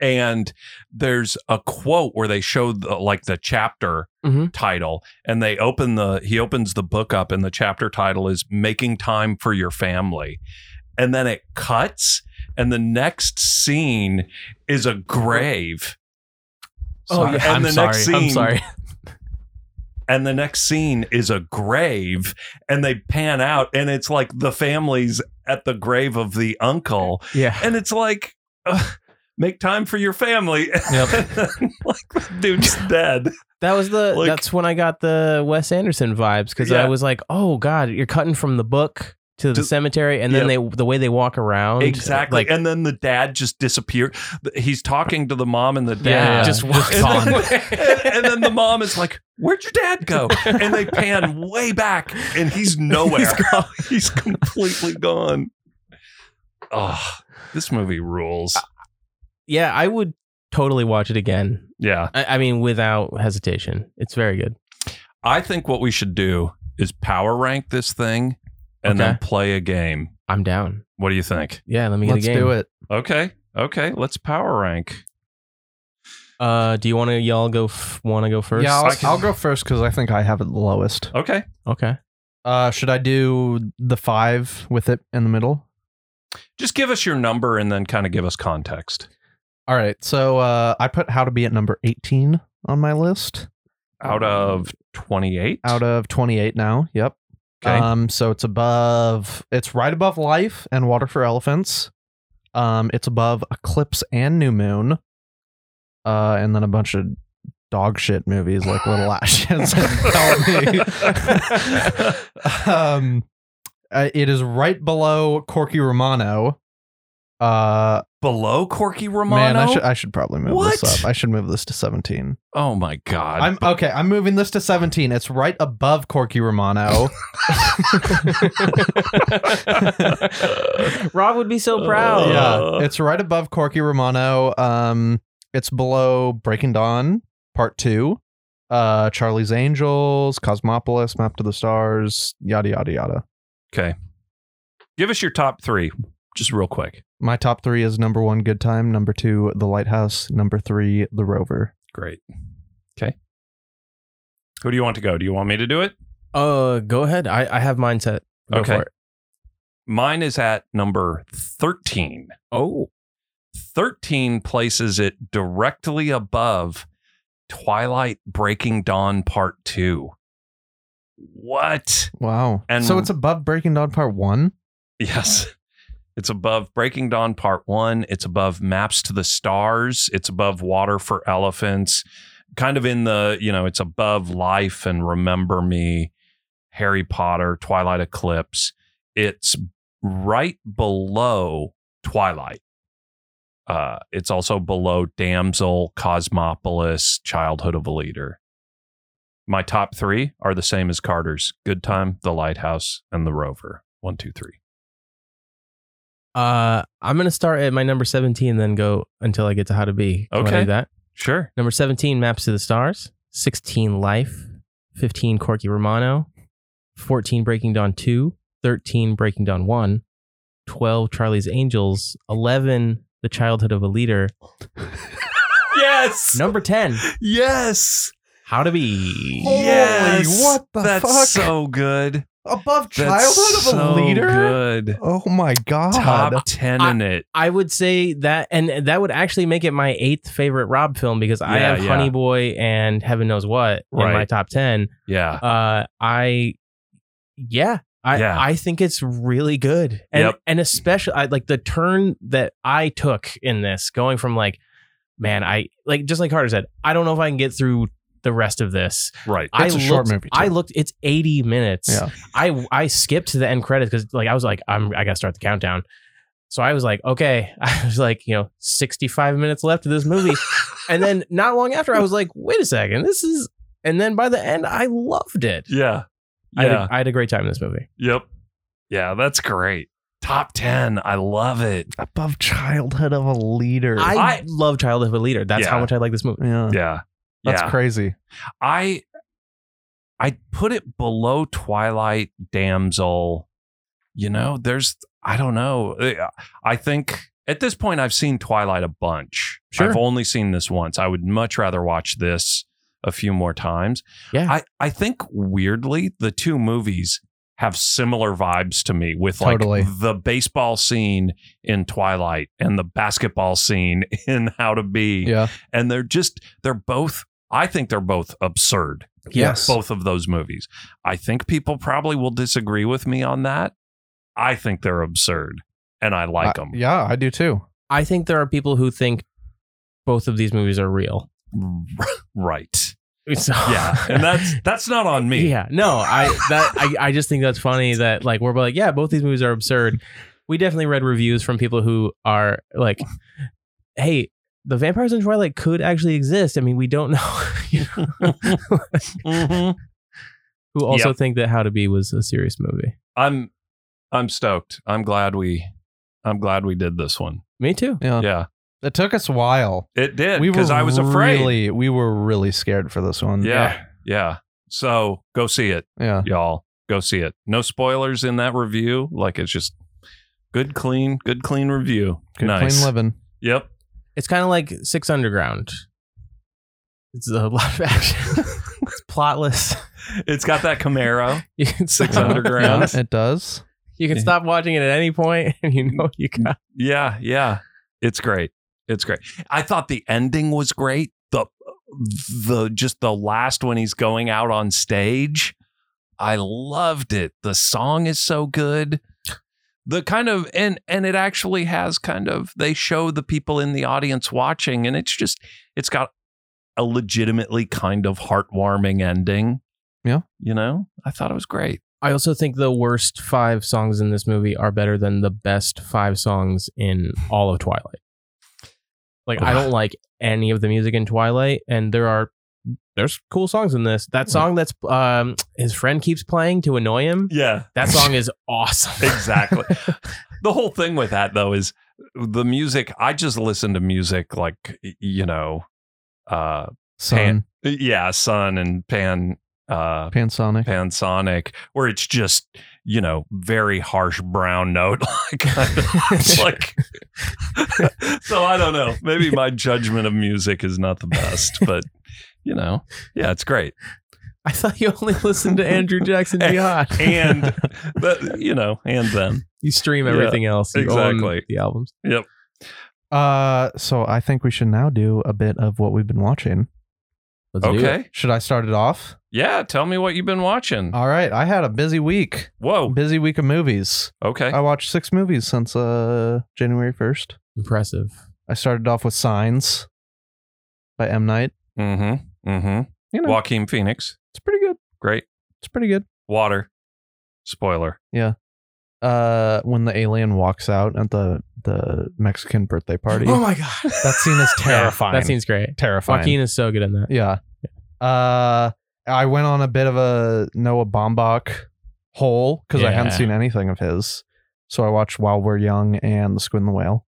S1: And there's a quote where they show the, like the chapter
S3: Mhm.
S1: title and they open the he opens the book up and the chapter title is making time for your family and then it cuts and the next scene is a grave
S3: Oh, yeah.
S1: and
S3: I'm
S1: the
S3: sorry.
S1: next
S3: I'm
S1: scene-
S3: sorry.
S1: and the next scene is a grave and they pan out and it's like the family's at the grave of the uncle
S3: <laughs>
S1: <laughs>
S3: Yeah.
S1: and it's like uh, make time for your family <laughs> like the
S3: <laughs>
S1: dude's dead
S3: That was the.
S1: Like-
S3: that's when I got the Wes Anderson vibes because
S1: Yeah.
S3: I was like, "Oh God, you're cutting from the book to the
S1: To-
S3: cemetery, and then they the way they walk around,
S1: Exactly.
S3: Like,
S1: and then the dad just disappeared. He's talking to the mom and the dad.
S3: yeah,
S1: Just
S3: just
S1: <laughs>
S3: walks
S1: and,
S3: on.
S1: and, and then the mom is like, Where'd your dad go? And they pan way back and he's nowhere. <laughs> He's, completely gone. Oh, this movie rules.
S3: <laughs> yeah, I would totally watch it again.
S1: Yeah.
S3: I, I mean, without hesitation, it's very good.
S1: I think what we should do is power rank this thing and then
S3: Okay.
S1: play a game.
S3: I'm down.
S1: What do you think?
S3: Yeah, let me get
S2: Let's
S3: a game.
S2: do it.
S1: Okay. Okay. Let's power rank.
S3: Uh, do you want to y'all go? F- want to go first?
S2: Yeah,
S1: I
S2: I'll,
S1: can-
S2: I'll go first because I think I have it the lowest.
S1: Okay.
S3: okay.
S2: Uh, should I do the five with it in the middle?
S1: Just give us your number and then kind of give us context.
S2: All right. So uh, I put How to Be at number 18 on my list
S1: out of 28
S2: Um, out of 28 now. Yep.
S1: okay
S2: Um, so it's above, it's right above Life and Water for Elephants. Um, it's above Eclipse and New Moon. Uh, and then a bunch of dog shit movies like Little Ashes and Help Me. um, uh, it is right below Corky Romano. Uh,
S1: below corky romano
S2: man, I should I should probably move
S1: What?
S2: this up. I should move this to seventeen.
S1: oh my god
S2: I'm okay. I'm moving this to 17. It's right above Corky Romano.
S3: <laughs> Rob would be so proud.
S1: Uh.
S2: yeah, it's right above Corky Romano. Um, it's below Breaking Dawn Part Two, uh, Charlie's Angels, Cosmopolis, Map to the Stars, yada yada yada.
S1: okay give us your top three just real quick
S2: My top three is number one, Good Time. Number two, The Lighthouse. Number three, The Rover.
S1: great okay who do you want to go do you want me to do it
S3: Uh, go ahead. I, I have mindset. Go
S1: Okay.
S3: For it.
S1: mine is at number 13
S3: Oh,
S1: 13 places it directly above twilight breaking dawn part two what
S2: Wow.
S1: And-
S2: so it's above Breaking Dawn Part One.
S1: Yes. It's above Breaking Dawn Part One. It's above Maps to the Stars. It's above Water for Elephants. Kind of in the, you know, it's above Life and Remember Me, Harry Potter, Twilight Eclipse. It's right below Twilight. Uh, it's also below Damsel, Cosmopolis, Childhood of a Leader. My top three are the same as Carter's Good Time, The Lighthouse, and The Rover. One, two, three.
S3: uh, I'm gonna start at my number 17, then go until I get to how to be. Do you wanna
S1: Okay.
S3: do that
S1: Sure.
S3: number 17, maps to the stars. 16, life. 15, Corky Romano. 14, Breaking Dawn 2. 13, Breaking Dawn 1. 12, Charlie's Angels. 11, The Childhood of a Leader.
S1: Yes.
S3: Number 10,
S1: Yes.
S3: How to Be.
S2: Holy,
S1: yes.
S2: what the
S1: That's
S2: fuck?
S1: so good.
S2: Above
S1: That's so Good.
S2: Oh my god.
S1: Top ten
S3: I-
S1: in it.
S3: I would say that, and that would actually make it my eighth favorite Rob film because I
S1: Yeah,
S3: have
S1: yeah.
S3: Honey Boy and Heaven Knows What in my
S1: Right.
S3: top ten.
S1: Yeah.
S3: Uh, I yeah, I
S1: Yeah.
S3: I think it's really good, and
S1: Yep.
S3: and especially I, like the turn that I took in this, going from like, man, I like just like Carter said, I don't know if I can get through the rest of this.
S1: <laughs> Right.
S3: I
S2: It's a
S3: looked,
S2: short movie, too.
S3: I looked. It's eighty minutes.
S2: Yeah.
S3: I I skipped to the end credits because like I was like I'm I gotta start the countdown. So I was like, okay, <laughs> I was like, you know, 65 minutes left of
S1: <laughs>
S3: this movie. and then not long after, I was like, wait a second, this is. And then by the end, I loved it.
S1: Yeah.
S3: I, had
S1: Yeah.
S3: a, I had a great time in this movie.
S1: Yep. Yeah, that's great. Top 10. I love it.
S2: Above childhood of a leader.
S3: I,
S1: I-
S3: love Child of a Leader. That's
S1: Yeah.
S3: how much I like this movie.
S2: yeah.
S1: Yeah.
S2: That's
S1: yeah.
S2: crazy.
S1: I I put it below Twilight Damsel. You know, there's I don't know. I- I think at this point I've seen Twilight a bunch.
S3: Sure.
S1: I've only seen this once. I would much rather watch this a few more times.
S3: Yeah.
S1: I, I think weirdly the two movies have similar vibes to me with
S2: Totally.
S1: like the baseball scene in Twilight and the basketball scene <laughs> in How to Be
S2: Yeah.
S1: and they're just they're both i think they're both absurd
S2: Yes.
S1: both of those movies i think people probably will disagree with me on that i think they're absurd and i like
S2: I-
S1: them
S2: yeah, I do too.
S3: I think there are people who think both of these movies are real. <laughs>
S1: <laughs> right
S3: So,
S1: yeah
S3: <laughs>
S1: and
S2: <laughs>
S1: that's that's not on me
S3: Yeah, no, I that I, I just think that's funny that like we're like yeah, both these movies are absurd. We definitely read reviews from people who are like, hey, the vampires in Twilight could actually exist. I mean, we don't know. <laughs> you
S1: <laughs>
S3: know?
S1: Mhm.
S3: who also think that How to Be was a serious movie.
S1: i'm i'm stoked i'm glad we i'm glad we did this one
S3: Me too.
S2: Yeah.
S1: yeah
S2: It took us a while.
S1: it did
S2: Uh, we were
S1: because i was afraid
S2: Really, we were really scared for this one.
S1: yeah yeah so go see it
S2: Yeah.
S1: y'all go see it no spoilers in that review like it's just good clean good clean review
S2: Good
S1: nice
S2: clean living.
S1: yep
S3: It's kind of like Six Underground. It's a lot of
S1: <laughs>
S3: action. it's plotless. <laughs>
S1: it's got that camaro
S3: You can
S1: Six
S3: stop-
S1: Underground.
S2: Yeah, it does.
S3: You can stop watching it at any point, <laughs> and you know you got
S1: yeah yeah it's great it's great i thought the ending was great the the just the last when he's going out on stage i loved it the song is so good the kind of and and it actually has kind of they show the people in the audience watching and it's just it's got a legitimately kind of heartwarming ending
S2: Yeah.
S1: you know i thought it was great
S3: I also think the worst five songs in this movie are better than the best five songs in all of Twilight. Like I don't like any of the music in Twilight, and there are there's cool songs in this. That song that's um his friend keeps playing to annoy him.
S1: yeah <laughs>
S3: That song is awesome. <laughs>
S1: Exactly. <laughs> the whole thing with that though is the music. I just listen to music like y- you know, uh,
S2: Sun,
S1: yeah, Sun and Pan, uh,
S2: Pansonic.
S1: Pansonic, where it's just you know very harsh brown note. <laughs> Like, kind of,
S3: <laughs>
S1: it's like. <laughs> so I don't know. Maybe my judgment of music is not the best, but you know, yeah, it's great.
S3: I thought you only listened to
S1: <laughs>
S3: Andrew Jackson Beyond.
S1: And but you know, and then
S3: <laughs> you stream
S1: Yeah,
S3: everything else. You own
S1: exactly.
S3: the albums.
S2: Uh, so I think we should now do a bit of what we've been watching.
S3: Let's do it.
S1: okay,
S2: Should I start it off?
S1: yeah. Tell me what you've been watching.
S3: Uh,
S2: All right, I had a busy week.
S1: Whoa.
S2: Busy week of movies.
S1: Oh. Okay.
S2: I watched six movies since uh January first.
S3: Impressive.
S2: I started off with Signs by M Night.
S1: Mm-hmm. Mm-hmm.
S2: You know,
S1: Joaquin Phoenix.
S2: it's pretty good.
S1: Great.
S2: It's pretty good.
S1: Water. Spoiler.
S2: Uh, when the alien walks out at the the Mexican birthday party,
S3: Oh my god,
S2: that scene
S3: <laughs>
S2: is terrifying.
S3: that seems great.
S2: terrifying.
S3: Joaquin is so good in that.
S2: Yeah. Uh, I went on a bit of a Noah Baumbach hole because I hadn't
S3: Yeah.
S2: seen anything of his. So I watched While We're Young and The Squid and the Whale.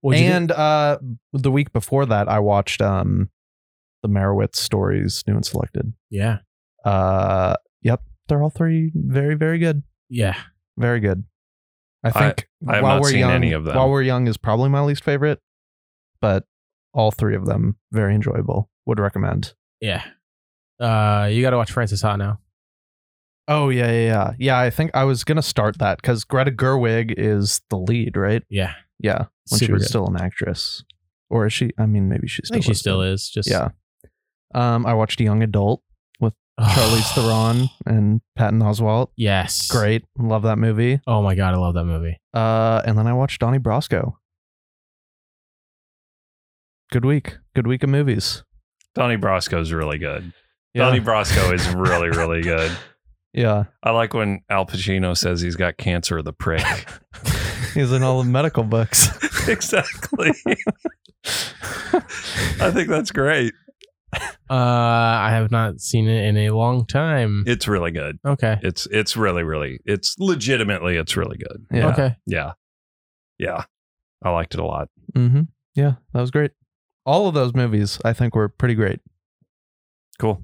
S3: What'd you think?
S2: and uh, the week before that, I watched um, the Merowitz stories, new and selected.
S3: yeah,
S2: Uh, yep, they're all three very, very good,
S3: yeah.
S2: very good. I
S1: I-
S2: think
S1: I have
S2: while
S1: not
S2: we're
S1: seen
S2: young,
S1: any of them.
S2: While we're young is probably my least favorite, but all three of them very enjoyable. Would recommend.
S3: Yeah. Uh, you got to watch Francis Ha now.
S2: Oh yeah, yeah, yeah. Yeah, I think I was gonna start that because Greta Gerwig is the lead, right?
S3: Yeah.
S2: Yeah, when she
S3: Super
S2: was
S3: good.
S2: still an actress, or is she? I mean, maybe she's
S3: I
S2: still.
S3: think she
S2: is,
S3: still
S2: but-
S3: is. Just
S2: Yeah. Um, I watched Young Adult with
S3: <sighs>
S2: Charlize Theron and Patton Oswalt.
S3: Yes.
S2: Great, love that movie.
S3: Oh my god, I love that movie.
S2: Uh, and then I watched Donnie Brasco. Good week, good week of movies.
S1: Donnie Brasco's really good.
S2: Yeah.
S1: Donnie Brasco
S2: <laughs>
S1: is really, really good. <laughs>
S2: Yeah,
S1: I like when Al Pacino says he's got cancer of the prick.
S2: <laughs> he's in all the medical books.
S1: <laughs> exactly. <laughs> I think that's great.
S3: Uh, I have not seen it in a long time.
S1: It's really good.
S3: okay.
S1: It's it's really really it's legitimately it's really good.
S2: Yeah.
S3: Okay.
S2: <laughs>
S1: Yeah. Yeah. I liked it a lot.
S2: Mm-hmm. Yeah, that was great. All of those movies, I think, were pretty great.
S1: Cool.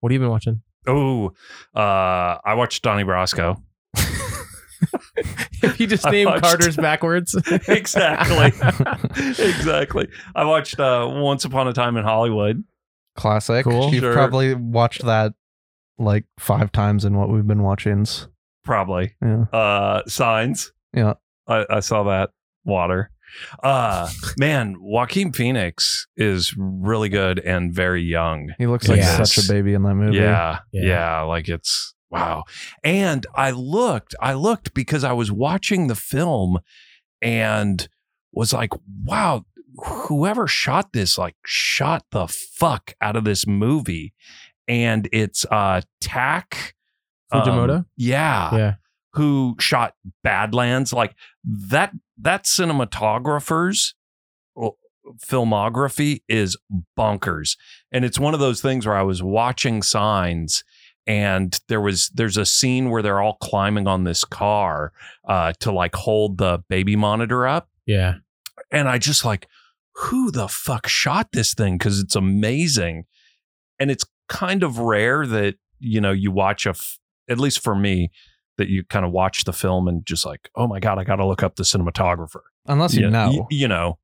S3: What have you been watching?
S1: Oh, uh, I watched Donnie Brasco.
S3: If <laughs> you just
S1: I
S3: name
S1: watched-
S3: Carter's backwards.
S1: <laughs> exactly. exactly. I watched uh, Once Upon a Time in Hollywood.
S2: Classic.
S1: Cool.
S2: You've
S1: Sure.
S2: probably watched that like five times in what we've been watchings.
S1: Probably.
S2: Yeah.
S1: uh signs
S2: Yeah.
S1: i, I saw that water uh man joaquin phoenix is really good and very young
S2: He looks like
S3: Yes.
S2: such a baby in that movie.
S1: yeah,
S3: Yeah.
S1: yeah like it's wow and i looked i looked because i was watching the film and was like wow whoever shot this like shot the fuck out of this movie and it's uh tack um,
S3: Fujimoto?
S1: yeah
S3: <laughs> yeah.
S1: who shot Badlands, like that that cinematographer's well, filmography is bonkers. And it's one of those things where I was watching signs and there was there's a scene where they're all climbing on this car uh, to like hold the baby monitor up
S3: Yeah.
S1: and I just like, who the fuck shot this thing? Because it's amazing, and it's kind of rare that you know you watch a, f- at least for me, that you kind of watch the film and just like, oh my god, I got to look up the cinematographer.
S2: Unless you
S1: Yeah,
S2: know.
S1: y- you know,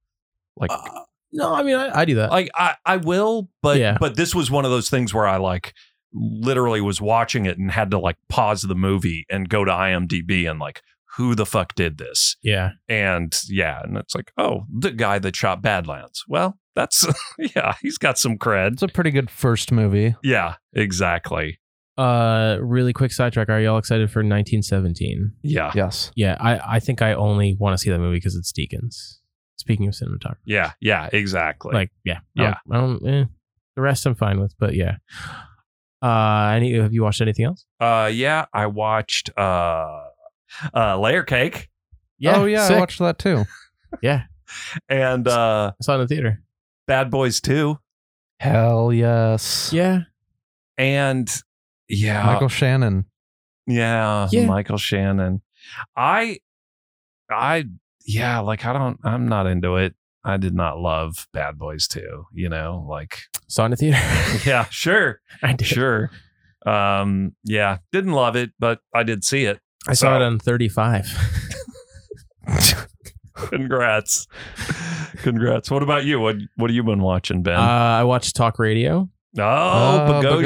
S1: like uh,
S3: Uh, no, I mean I, I do that.
S1: like I, I will, but
S3: Yeah.
S1: but this was one of those things where I like literally was watching it and had to like pause the movie and go to IMDb and like who the fuck did this
S3: yeah.
S1: and yeah, and it's like, oh, the guy that shot Badlands. Well, that's <laughs> yeah, he's got some cred.
S2: It's a pretty good first movie.
S1: Yeah, exactly.
S3: Uh, really quick sidetrack. Are y'all excited for 1917?
S1: Yeah,
S2: Yes.
S3: Yeah, I, I think I only want to see that movie because it's Deacons. Speaking of cinematography,
S1: yeah, yeah, exactly.
S3: like yeah, I
S1: Yeah.
S3: don't- I don't- eh. the rest I'm fine with, but yeah. Uh, any have you watched anything else?
S1: uh, yeah, I watched uh, uh, Layer Cake,
S2: oh yeah,
S3: sick.
S2: I watched that too.
S1: and uh,
S3: I saw it in the theater.
S1: Bad Boys Two,
S2: Hell yes.
S3: Yeah,
S1: and yeah, <laughs>
S2: Michael Shannon.
S1: yeah,
S3: Yeah.
S1: Michael Shannon. I, I, yeah, like I don't, I'm not into it. I did not love Bad Boys Two. You know, like <laughs>
S3: saw it in the theater.
S1: yeah, sure.
S3: <laughs> I did.
S1: sure. Um, yeah, didn't love it, but I did see
S3: <laughs>
S1: it.
S3: I saw
S1: So,
S3: it on 35.
S1: Oh, Congrats, congrats. What about you? What What have you been watching, Ben?
S3: uh, I watched Talk Radio.
S1: oh,
S2: Uh,
S1: Bogosian.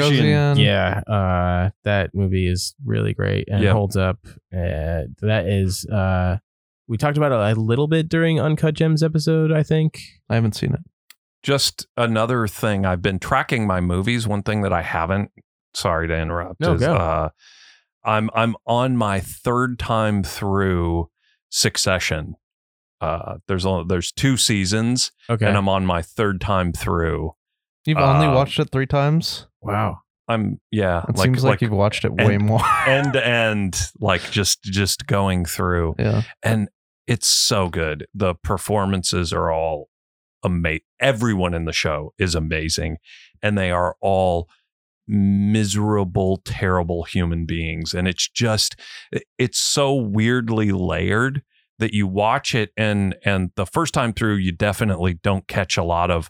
S2: Bogosian.
S3: yeah, uh, that movie is really great and
S1: Yeah.
S3: holds up. Uh, that is, uh, we talked about it a little bit during Uncut Gems episode, I think.
S2: I haven't seen it.
S1: Just another thing. I've been tracking my movies. One thing that I haven't. Sorry to interrupt.
S3: No,
S1: is,
S3: go.
S1: uh, I'm I'm on my third time through Succession. Uh, there's only there's two seasons,
S3: Okay.
S1: and I'm on my third time through.
S2: You've only
S1: Uh,
S2: watched it three times.
S3: wow.
S1: I'm yeah.
S2: It seems like, you've watched it way
S1: and-
S2: more. <laughs>
S1: end to end, like just just going through,
S2: yeah.
S1: and it's so good. The performances are all amazing. Everyone in the show is amazing, and they are all miserable, terrible human beings. And it's just, it's so weirdly layered that you watch it, and and the first time through, you definitely don't catch a lot of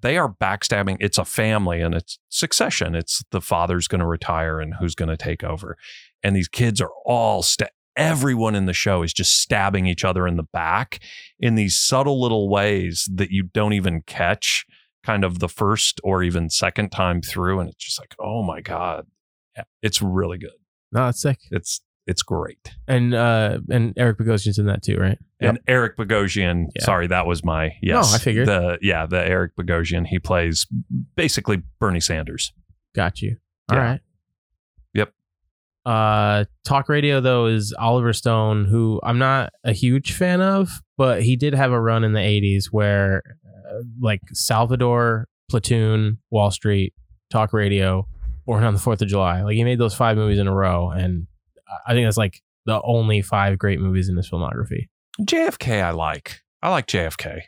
S1: they are backstabbing. It's a family and it's succession. It's the father's going to retire and who's going to take over. And these kids are all, sta- everyone in the show is just stabbing each other in the back in these subtle little ways that you don't even catch kind of the first or even second time through. And it's just like, oh my God. Yeah, It's really good.
S3: No, it's sick.
S1: It's, it's great.
S3: And uh, and Eric Bogosian's in that too, right?
S1: And Eric Bogosian,
S3: Yeah.
S1: sorry, that was my yes.
S3: I figured.
S1: The yeah, the Eric Bogosian, he plays basically Bernie Sanders.
S3: Got you. All
S1: Yeah.
S3: right.
S1: Yep.
S3: Uh, talk radio though is Oliver Stone, who I'm not a huge fan of, but he did have a run in the '80s where, uh, like Salvador, Platoon, Wall Street, Talk Radio, Born on the Fourth of July. Like he made those five movies in a row, and I think that's like the only five great movies in his filmography.
S1: JFK, I like. I like JFK.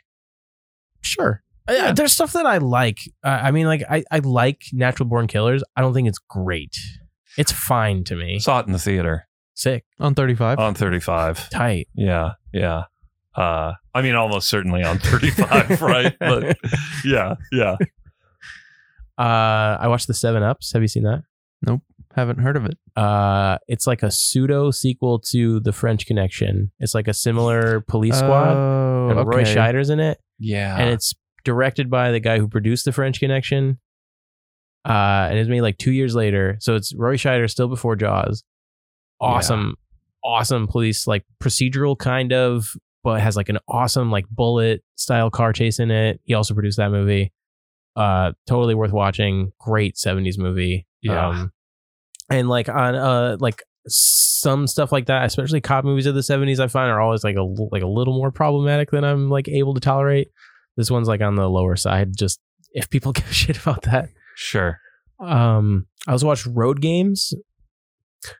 S3: Sure. Uh, Yeah. There's stuff that I like. Uh, I mean, like I, I like Natural Born Killers. I don't think it's great. It's fine to me.
S1: Saw it in the theater
S3: Sick,
S2: on
S1: <laughs>
S2: 35.
S1: on 35.
S3: tight.
S1: Yeah, yeah. Uh, I mean, almost certainly on
S2: <laughs>
S1: 35, right? But yeah, yeah.
S3: Uh, I watched the Seven Ups. Have you seen that?
S2: Haven't heard of it.
S3: Uh, it's like a pseudo sequel to The French Connection. It's like a similar
S1: E
S3: police squad,
S2: Oh,
S3: and Roy
S2: okay.
S3: Scheider's in it,
S1: Yeah.
S3: and it's directed by the guy who produced The French Connection. Uh, and it's made like two years later, so it's Roy Scheider still before Jaws. Awesome, awesome police like procedural kind of, but has like an awesome like bullet style car chase in it. He also produced that movie. Uh, totally worth watching. Great seventies movie. Um,
S1: Yeah.
S3: and like on uh like some stuff like that, especially cop movies of the seventies, I find are always like a l- like a little more problematic than I'm like able to tolerate. This one's like on the lower side. Just if people <laughs> give a shit about that.
S1: sure.
S3: Um, I also watched Road Games.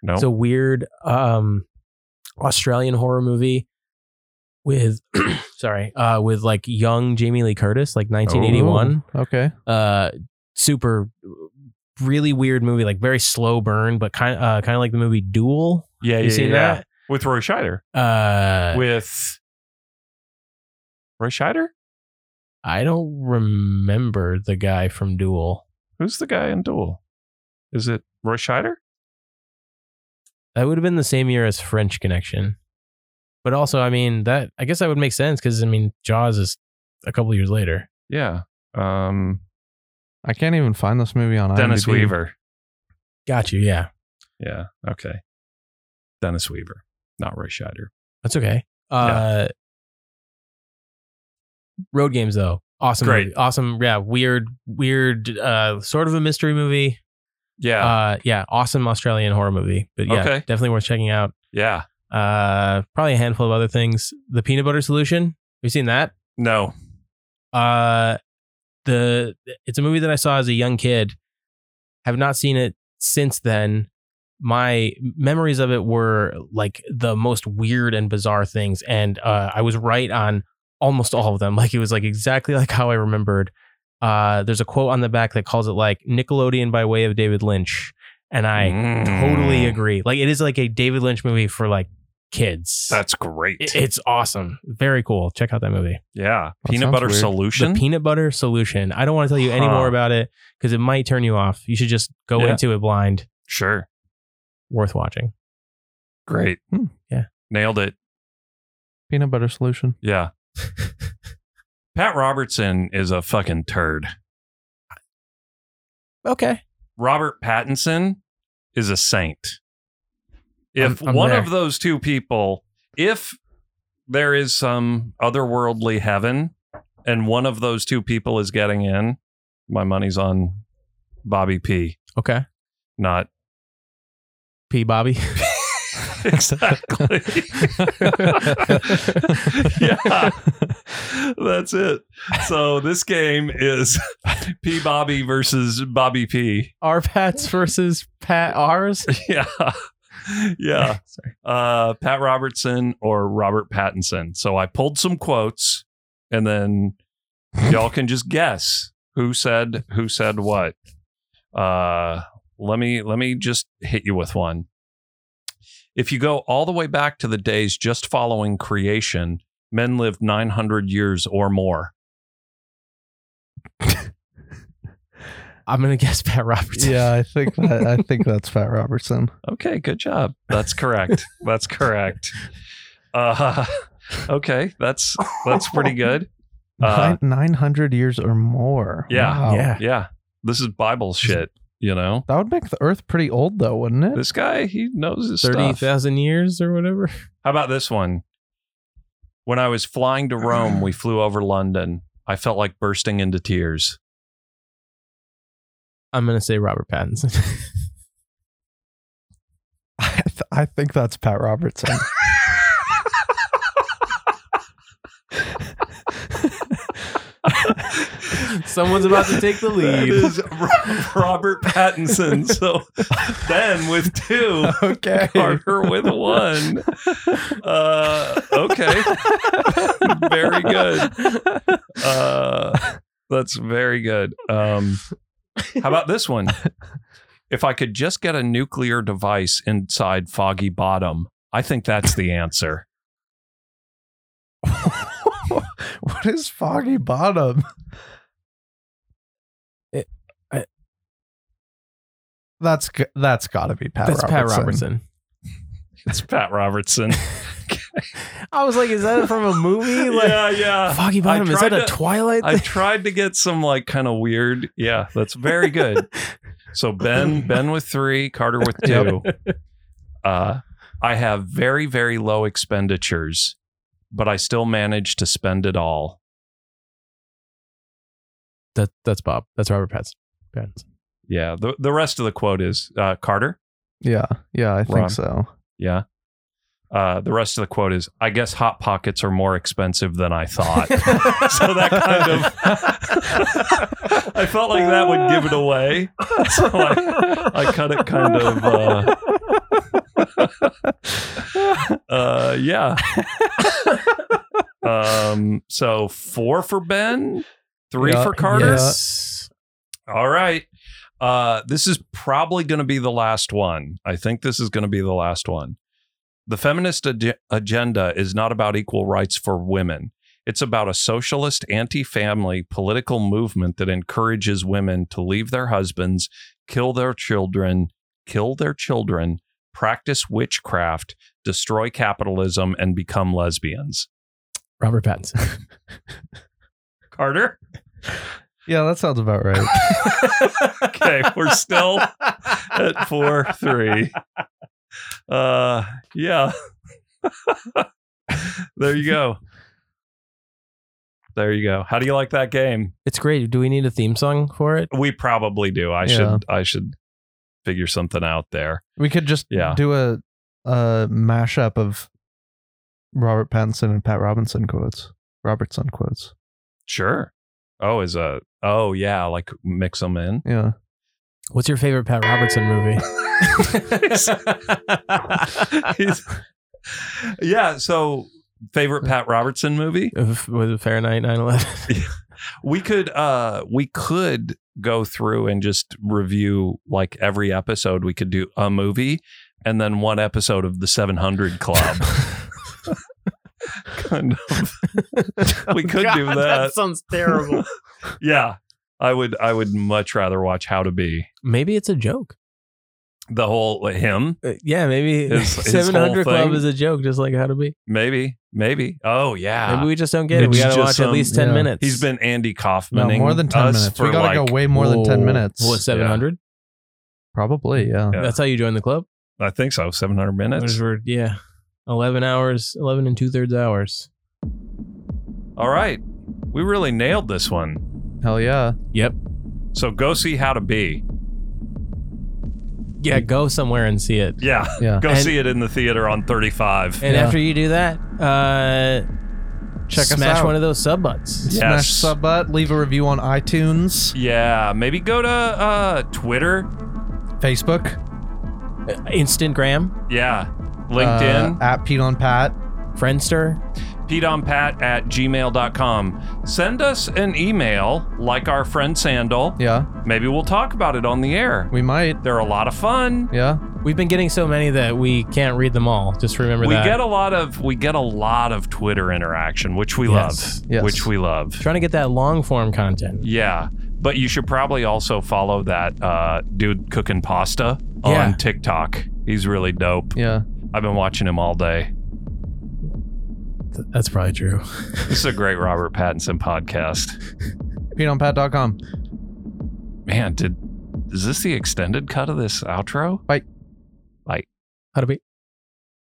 S1: No.
S3: It's a weird um Australian horror movie with <clears throat> sorry, uh with like young Jamie Lee Curtis, like 1981.
S2: Okay.
S1: Oh.
S3: Uh super really weird movie, like very slow burn, but kind of uh, kind of like the movie Duel.
S1: yeah,
S3: Have
S1: yeah,
S3: you seen
S1: yeah. With Roy Scheider.
S3: that? Uh
S1: With Roy Scheider?
S3: I don't remember the guy from Duel.
S1: Who's the guy in Duel? Is it Roy Scheider?
S3: That would have been the same year as French Connection. But also, I mean, that I guess that would make sense because I mean, Jaws is a couple years later.
S1: Yeah. Um,
S2: I can't even find this movie on
S1: Dennis
S2: IMDb.
S1: Weaver.
S3: Got you. Yeah,
S1: Yeah. Okay. Dennis Weaver, not Roy Scheider.
S3: that's okay. Uh, Road games though, awesome,
S1: Great.
S3: movie. awesome. Yeah, weird, weird, uh, sort of a mystery movie.
S1: Yeah.
S3: Uh, yeah, awesome Australian horror movie. But yeah,
S1: Okay.
S3: definitely worth checking out.
S1: yeah.
S3: Uh, probably a handful of other things. The peanut butter solution. Have you seen that?
S1: No.
S3: Uh, the it's a movie that I saw as a young kid. Have not seen it since then. My memories of it were like the most weird and bizarre things, and uh, I was right on almost all of them. <laughs> Like it was like exactly like how I remembered. Uh, there's a quote on the back that calls it like Nickelodeon by way of David Lynch, and I
S1: Mm.
S3: totally agree. Like it is like a David Lynch movie for like kids.
S1: That's great.
S3: It- it's awesome, very cool. Check out that movie.
S1: yeah.
S2: That
S1: Peanut
S2: sounds
S1: butter
S2: weird. The
S1: solution.
S3: The peanut butter solution. I don't want to tell you any
S1: Huh.
S3: more about it because it might turn you off. You should just go
S1: Yeah.
S3: into it blind.
S1: sure.
S3: Worth watching.
S1: Great.
S2: Hmm.
S3: Yeah.
S1: Nailed it.
S2: Peanut
S1: <laughs>
S2: butter solution. <laughs>
S1: Yeah. Pat Robertson is a fucking turd.
S3: Okay.
S1: Robert Pattinson is a saint. If
S3: I'm- I'm
S1: one
S3: there.
S1: of those two people, if there is some otherworldly heaven and one of those two people is getting in, my money's on Bobby P,
S3: Okay. <laughs>
S1: not
S3: P. Bobby. <laughs>
S1: exactly. yeah, that's it. So this game is P Bobby versus Bobby P.
S3: R. Pats versus Pat R's.
S1: <laughs> Yeah, yeah. Uh, Pat Robertson or Robert Pattinson. So I pulled some quotes, and then y'all can just guess who said who said what. Uh, let me let me just hit you with one. If you go all the way back to the days just following creation, men lived 900 years or more.
S3: <laughs> I'm gonna guess Pat Robertson.
S2: Yeah, I think that, I think that's Pat Robertson.
S1: Okay, good job. That's correct. that's correct. Uh, <laughs> okay, that's that's pretty good. Uh,
S2: Nine hundred years or more.
S1: Yeah. <laughs>
S2: Wow.
S3: Yeah.
S1: Yeah, this is Bible shit. You know,
S2: That would make the Earth pretty old, though, wouldn't it?
S1: this guy he knows his
S3: <laughs> Thirty
S1: stuff.
S3: thousand years or whatever.
S1: How about this one? When I was flying to Rome, we flew over London. I felt like bursting into tears.
S3: I'm gonna say Robert Pattinson.
S2: <laughs>
S10: I, th- I think that's Pat
S3: <laughs>
S10: Robertson.
S3: <laughs> Someone's about to <laughs> take the
S1: That
S3: lead.
S1: <laughs> is Ro- Robert <laughs> Pattinson. So Ben with two,
S10: okay.
S2: <laughs>
S1: Carter with <laughs> one. Uh, <laughs> okay, very good. Uh, <laughs> that's very good. Um, how about this
S3: <laughs>
S1: one? If I could just get a nuclear device inside Foggy Bottom, I think that's the answer.
S10: what is Foggy Bottom?
S3: It- I-
S10: that's g- that's got to be Pat.
S3: That's
S10: Robertson.
S3: Pat Robertson.
S1: It's Pat
S3: <laughs>
S1: Robertson.
S3: I was like, is that from a <laughs> movie? Like
S1: yeah, yeah.
S3: Foggy Bottom, is
S1: tried
S3: that a
S1: to-
S3: Twilight
S1: I
S3: thing?
S1: tried to get some like kind of weird. Yeah, that's very good. So Ben, Ben with three, Carter with two. Uh, I have very, very low expenditures, but I still manage to spend it all.
S3: that, that's Bob. That's Robert Pattinson. Pattinson.
S1: Yeah. The the rest of the quote is uh, Carter.
S2: Yeah, yeah, I think
S1: Wrong.
S2: so.
S1: Yeah. Uh, the rest of the quote is, I guess hot pockets are more expensive than I thought. <laughs> so that kind of, <laughs> I felt like that would give it away. <laughs> So I, I cut it kind of,
S2: <laughs>
S1: uh, uh, yeah. um, so four for Ben, three
S10: Yeah,
S1: for Carter.
S10: yeah.
S3: Yes.
S1: All right. Uh, this is probably going to be the last one. I think this is going to be the last one. The feminist ag- agenda is not about equal rights for women. It's about a socialist, anti family political movement that encourages women to leave their husbands, kill their children, kill their children, practice witchcraft, destroy capitalism, and become lesbians.
S3: Robert Pattinson. <laughs>
S1: Carter?
S2: Yeah, that sounds about right.
S1: Okay, we're still at four three. Uh, yeah. there you go. There you go. How do you like that game?
S3: It's great. Do we need a theme song for it?
S1: We probably do. I
S2: Yeah.
S1: should. I should figure something out there.
S2: we could
S3: <laughs>
S2: just
S1: Yeah.
S2: do a a mashup of Robert Pattinson and Pat Robinson quotes, Robertson quotes.
S1: Sure. Oh, is a. Oh yeah, like mix them
S2: <laughs>
S1: in. <laughs>
S2: Yeah,
S3: What's your favorite Pat Robertson movie?
S1: He's- yeah. So favorite Pat Robertson movie.
S3: If- Was it Fahrenheit 9/11?
S1: we could uh we could go through and just review like every episode we could do a movie and then one episode of the 700 club
S2: <laughs>
S1: <laughs> kind of
S2: Oh,
S1: We could do that.
S3: sounds terrible.
S1: yeah i would i would much rather watch how to be
S3: maybe it's a joke.
S1: the whole him
S3: Uh, yeah, maybe
S1: His-
S3: <laughs>
S1: his whole
S3: 700 Club
S1: thing?
S3: is a joke, just like How to Be.
S1: maybe maybe oh yeah
S3: Maybe we just don't get it.
S1: It's
S3: We got to
S1: just
S3: watch at
S1: some-
S3: least 10
S2: yeah.
S3: minutes.
S1: he's been andy kaufman
S2: no, more than ten minutes. We gotta go way more than ten
S3: Whoa.
S2: minutes.
S3: What, 700?
S2: Probably, yeah.
S1: Yeah.
S3: That's how you join the club?
S1: i think so 700
S3: Which
S1: minutes
S3: were- yeah. 11 hours, 11 and two thirds hours.
S1: all right we really nailed this one
S2: Hell yeah.
S3: Yep.
S1: so go see how to be
S3: Yeah, go somewhere and see it.
S1: yeah
S2: Yeah.
S1: Go
S3: And-
S1: see it in the theater on 35.
S3: And
S2: Yeah.
S3: after you do that, uh,
S2: Check us
S3: smash
S2: out.
S3: one of those sub buttons.
S1: Yes.
S2: Smash sub button, leave a review on iTunes,
S1: yeah, maybe go to uh, Twitter.
S2: Facebook,
S3: Instant Gram,
S1: Yeah. LinkedIn,
S2: uh, at Pete on Pat.
S3: Friendster.
S1: pedompat at gmail.com. Send us an email like our friend Sandal.
S2: Yeah,
S1: Maybe we'll talk about it on the air.
S2: we might.
S1: They're a lot of fun.
S2: Yeah,
S3: We've been getting so many that we can't read them all. Just remember
S1: We
S3: that.
S1: get a lot of we get a lot of Twitter interaction, which we
S3: Yes.
S1: love.
S2: Yes.
S1: Which we love.
S3: Trying to get that long form content.
S1: Yeah, but you should probably also follow that uh, dude cooking pasta on
S3: Yeah.
S1: TikTok. He's really dope.
S2: yeah.
S1: I've been watching him all day.
S3: Th- That's probably true.
S1: This is a great Robert Pattinson podcast.
S2: PeteOnPat.com.
S1: Man, did is this the extended cut of this outro?
S3: How to be.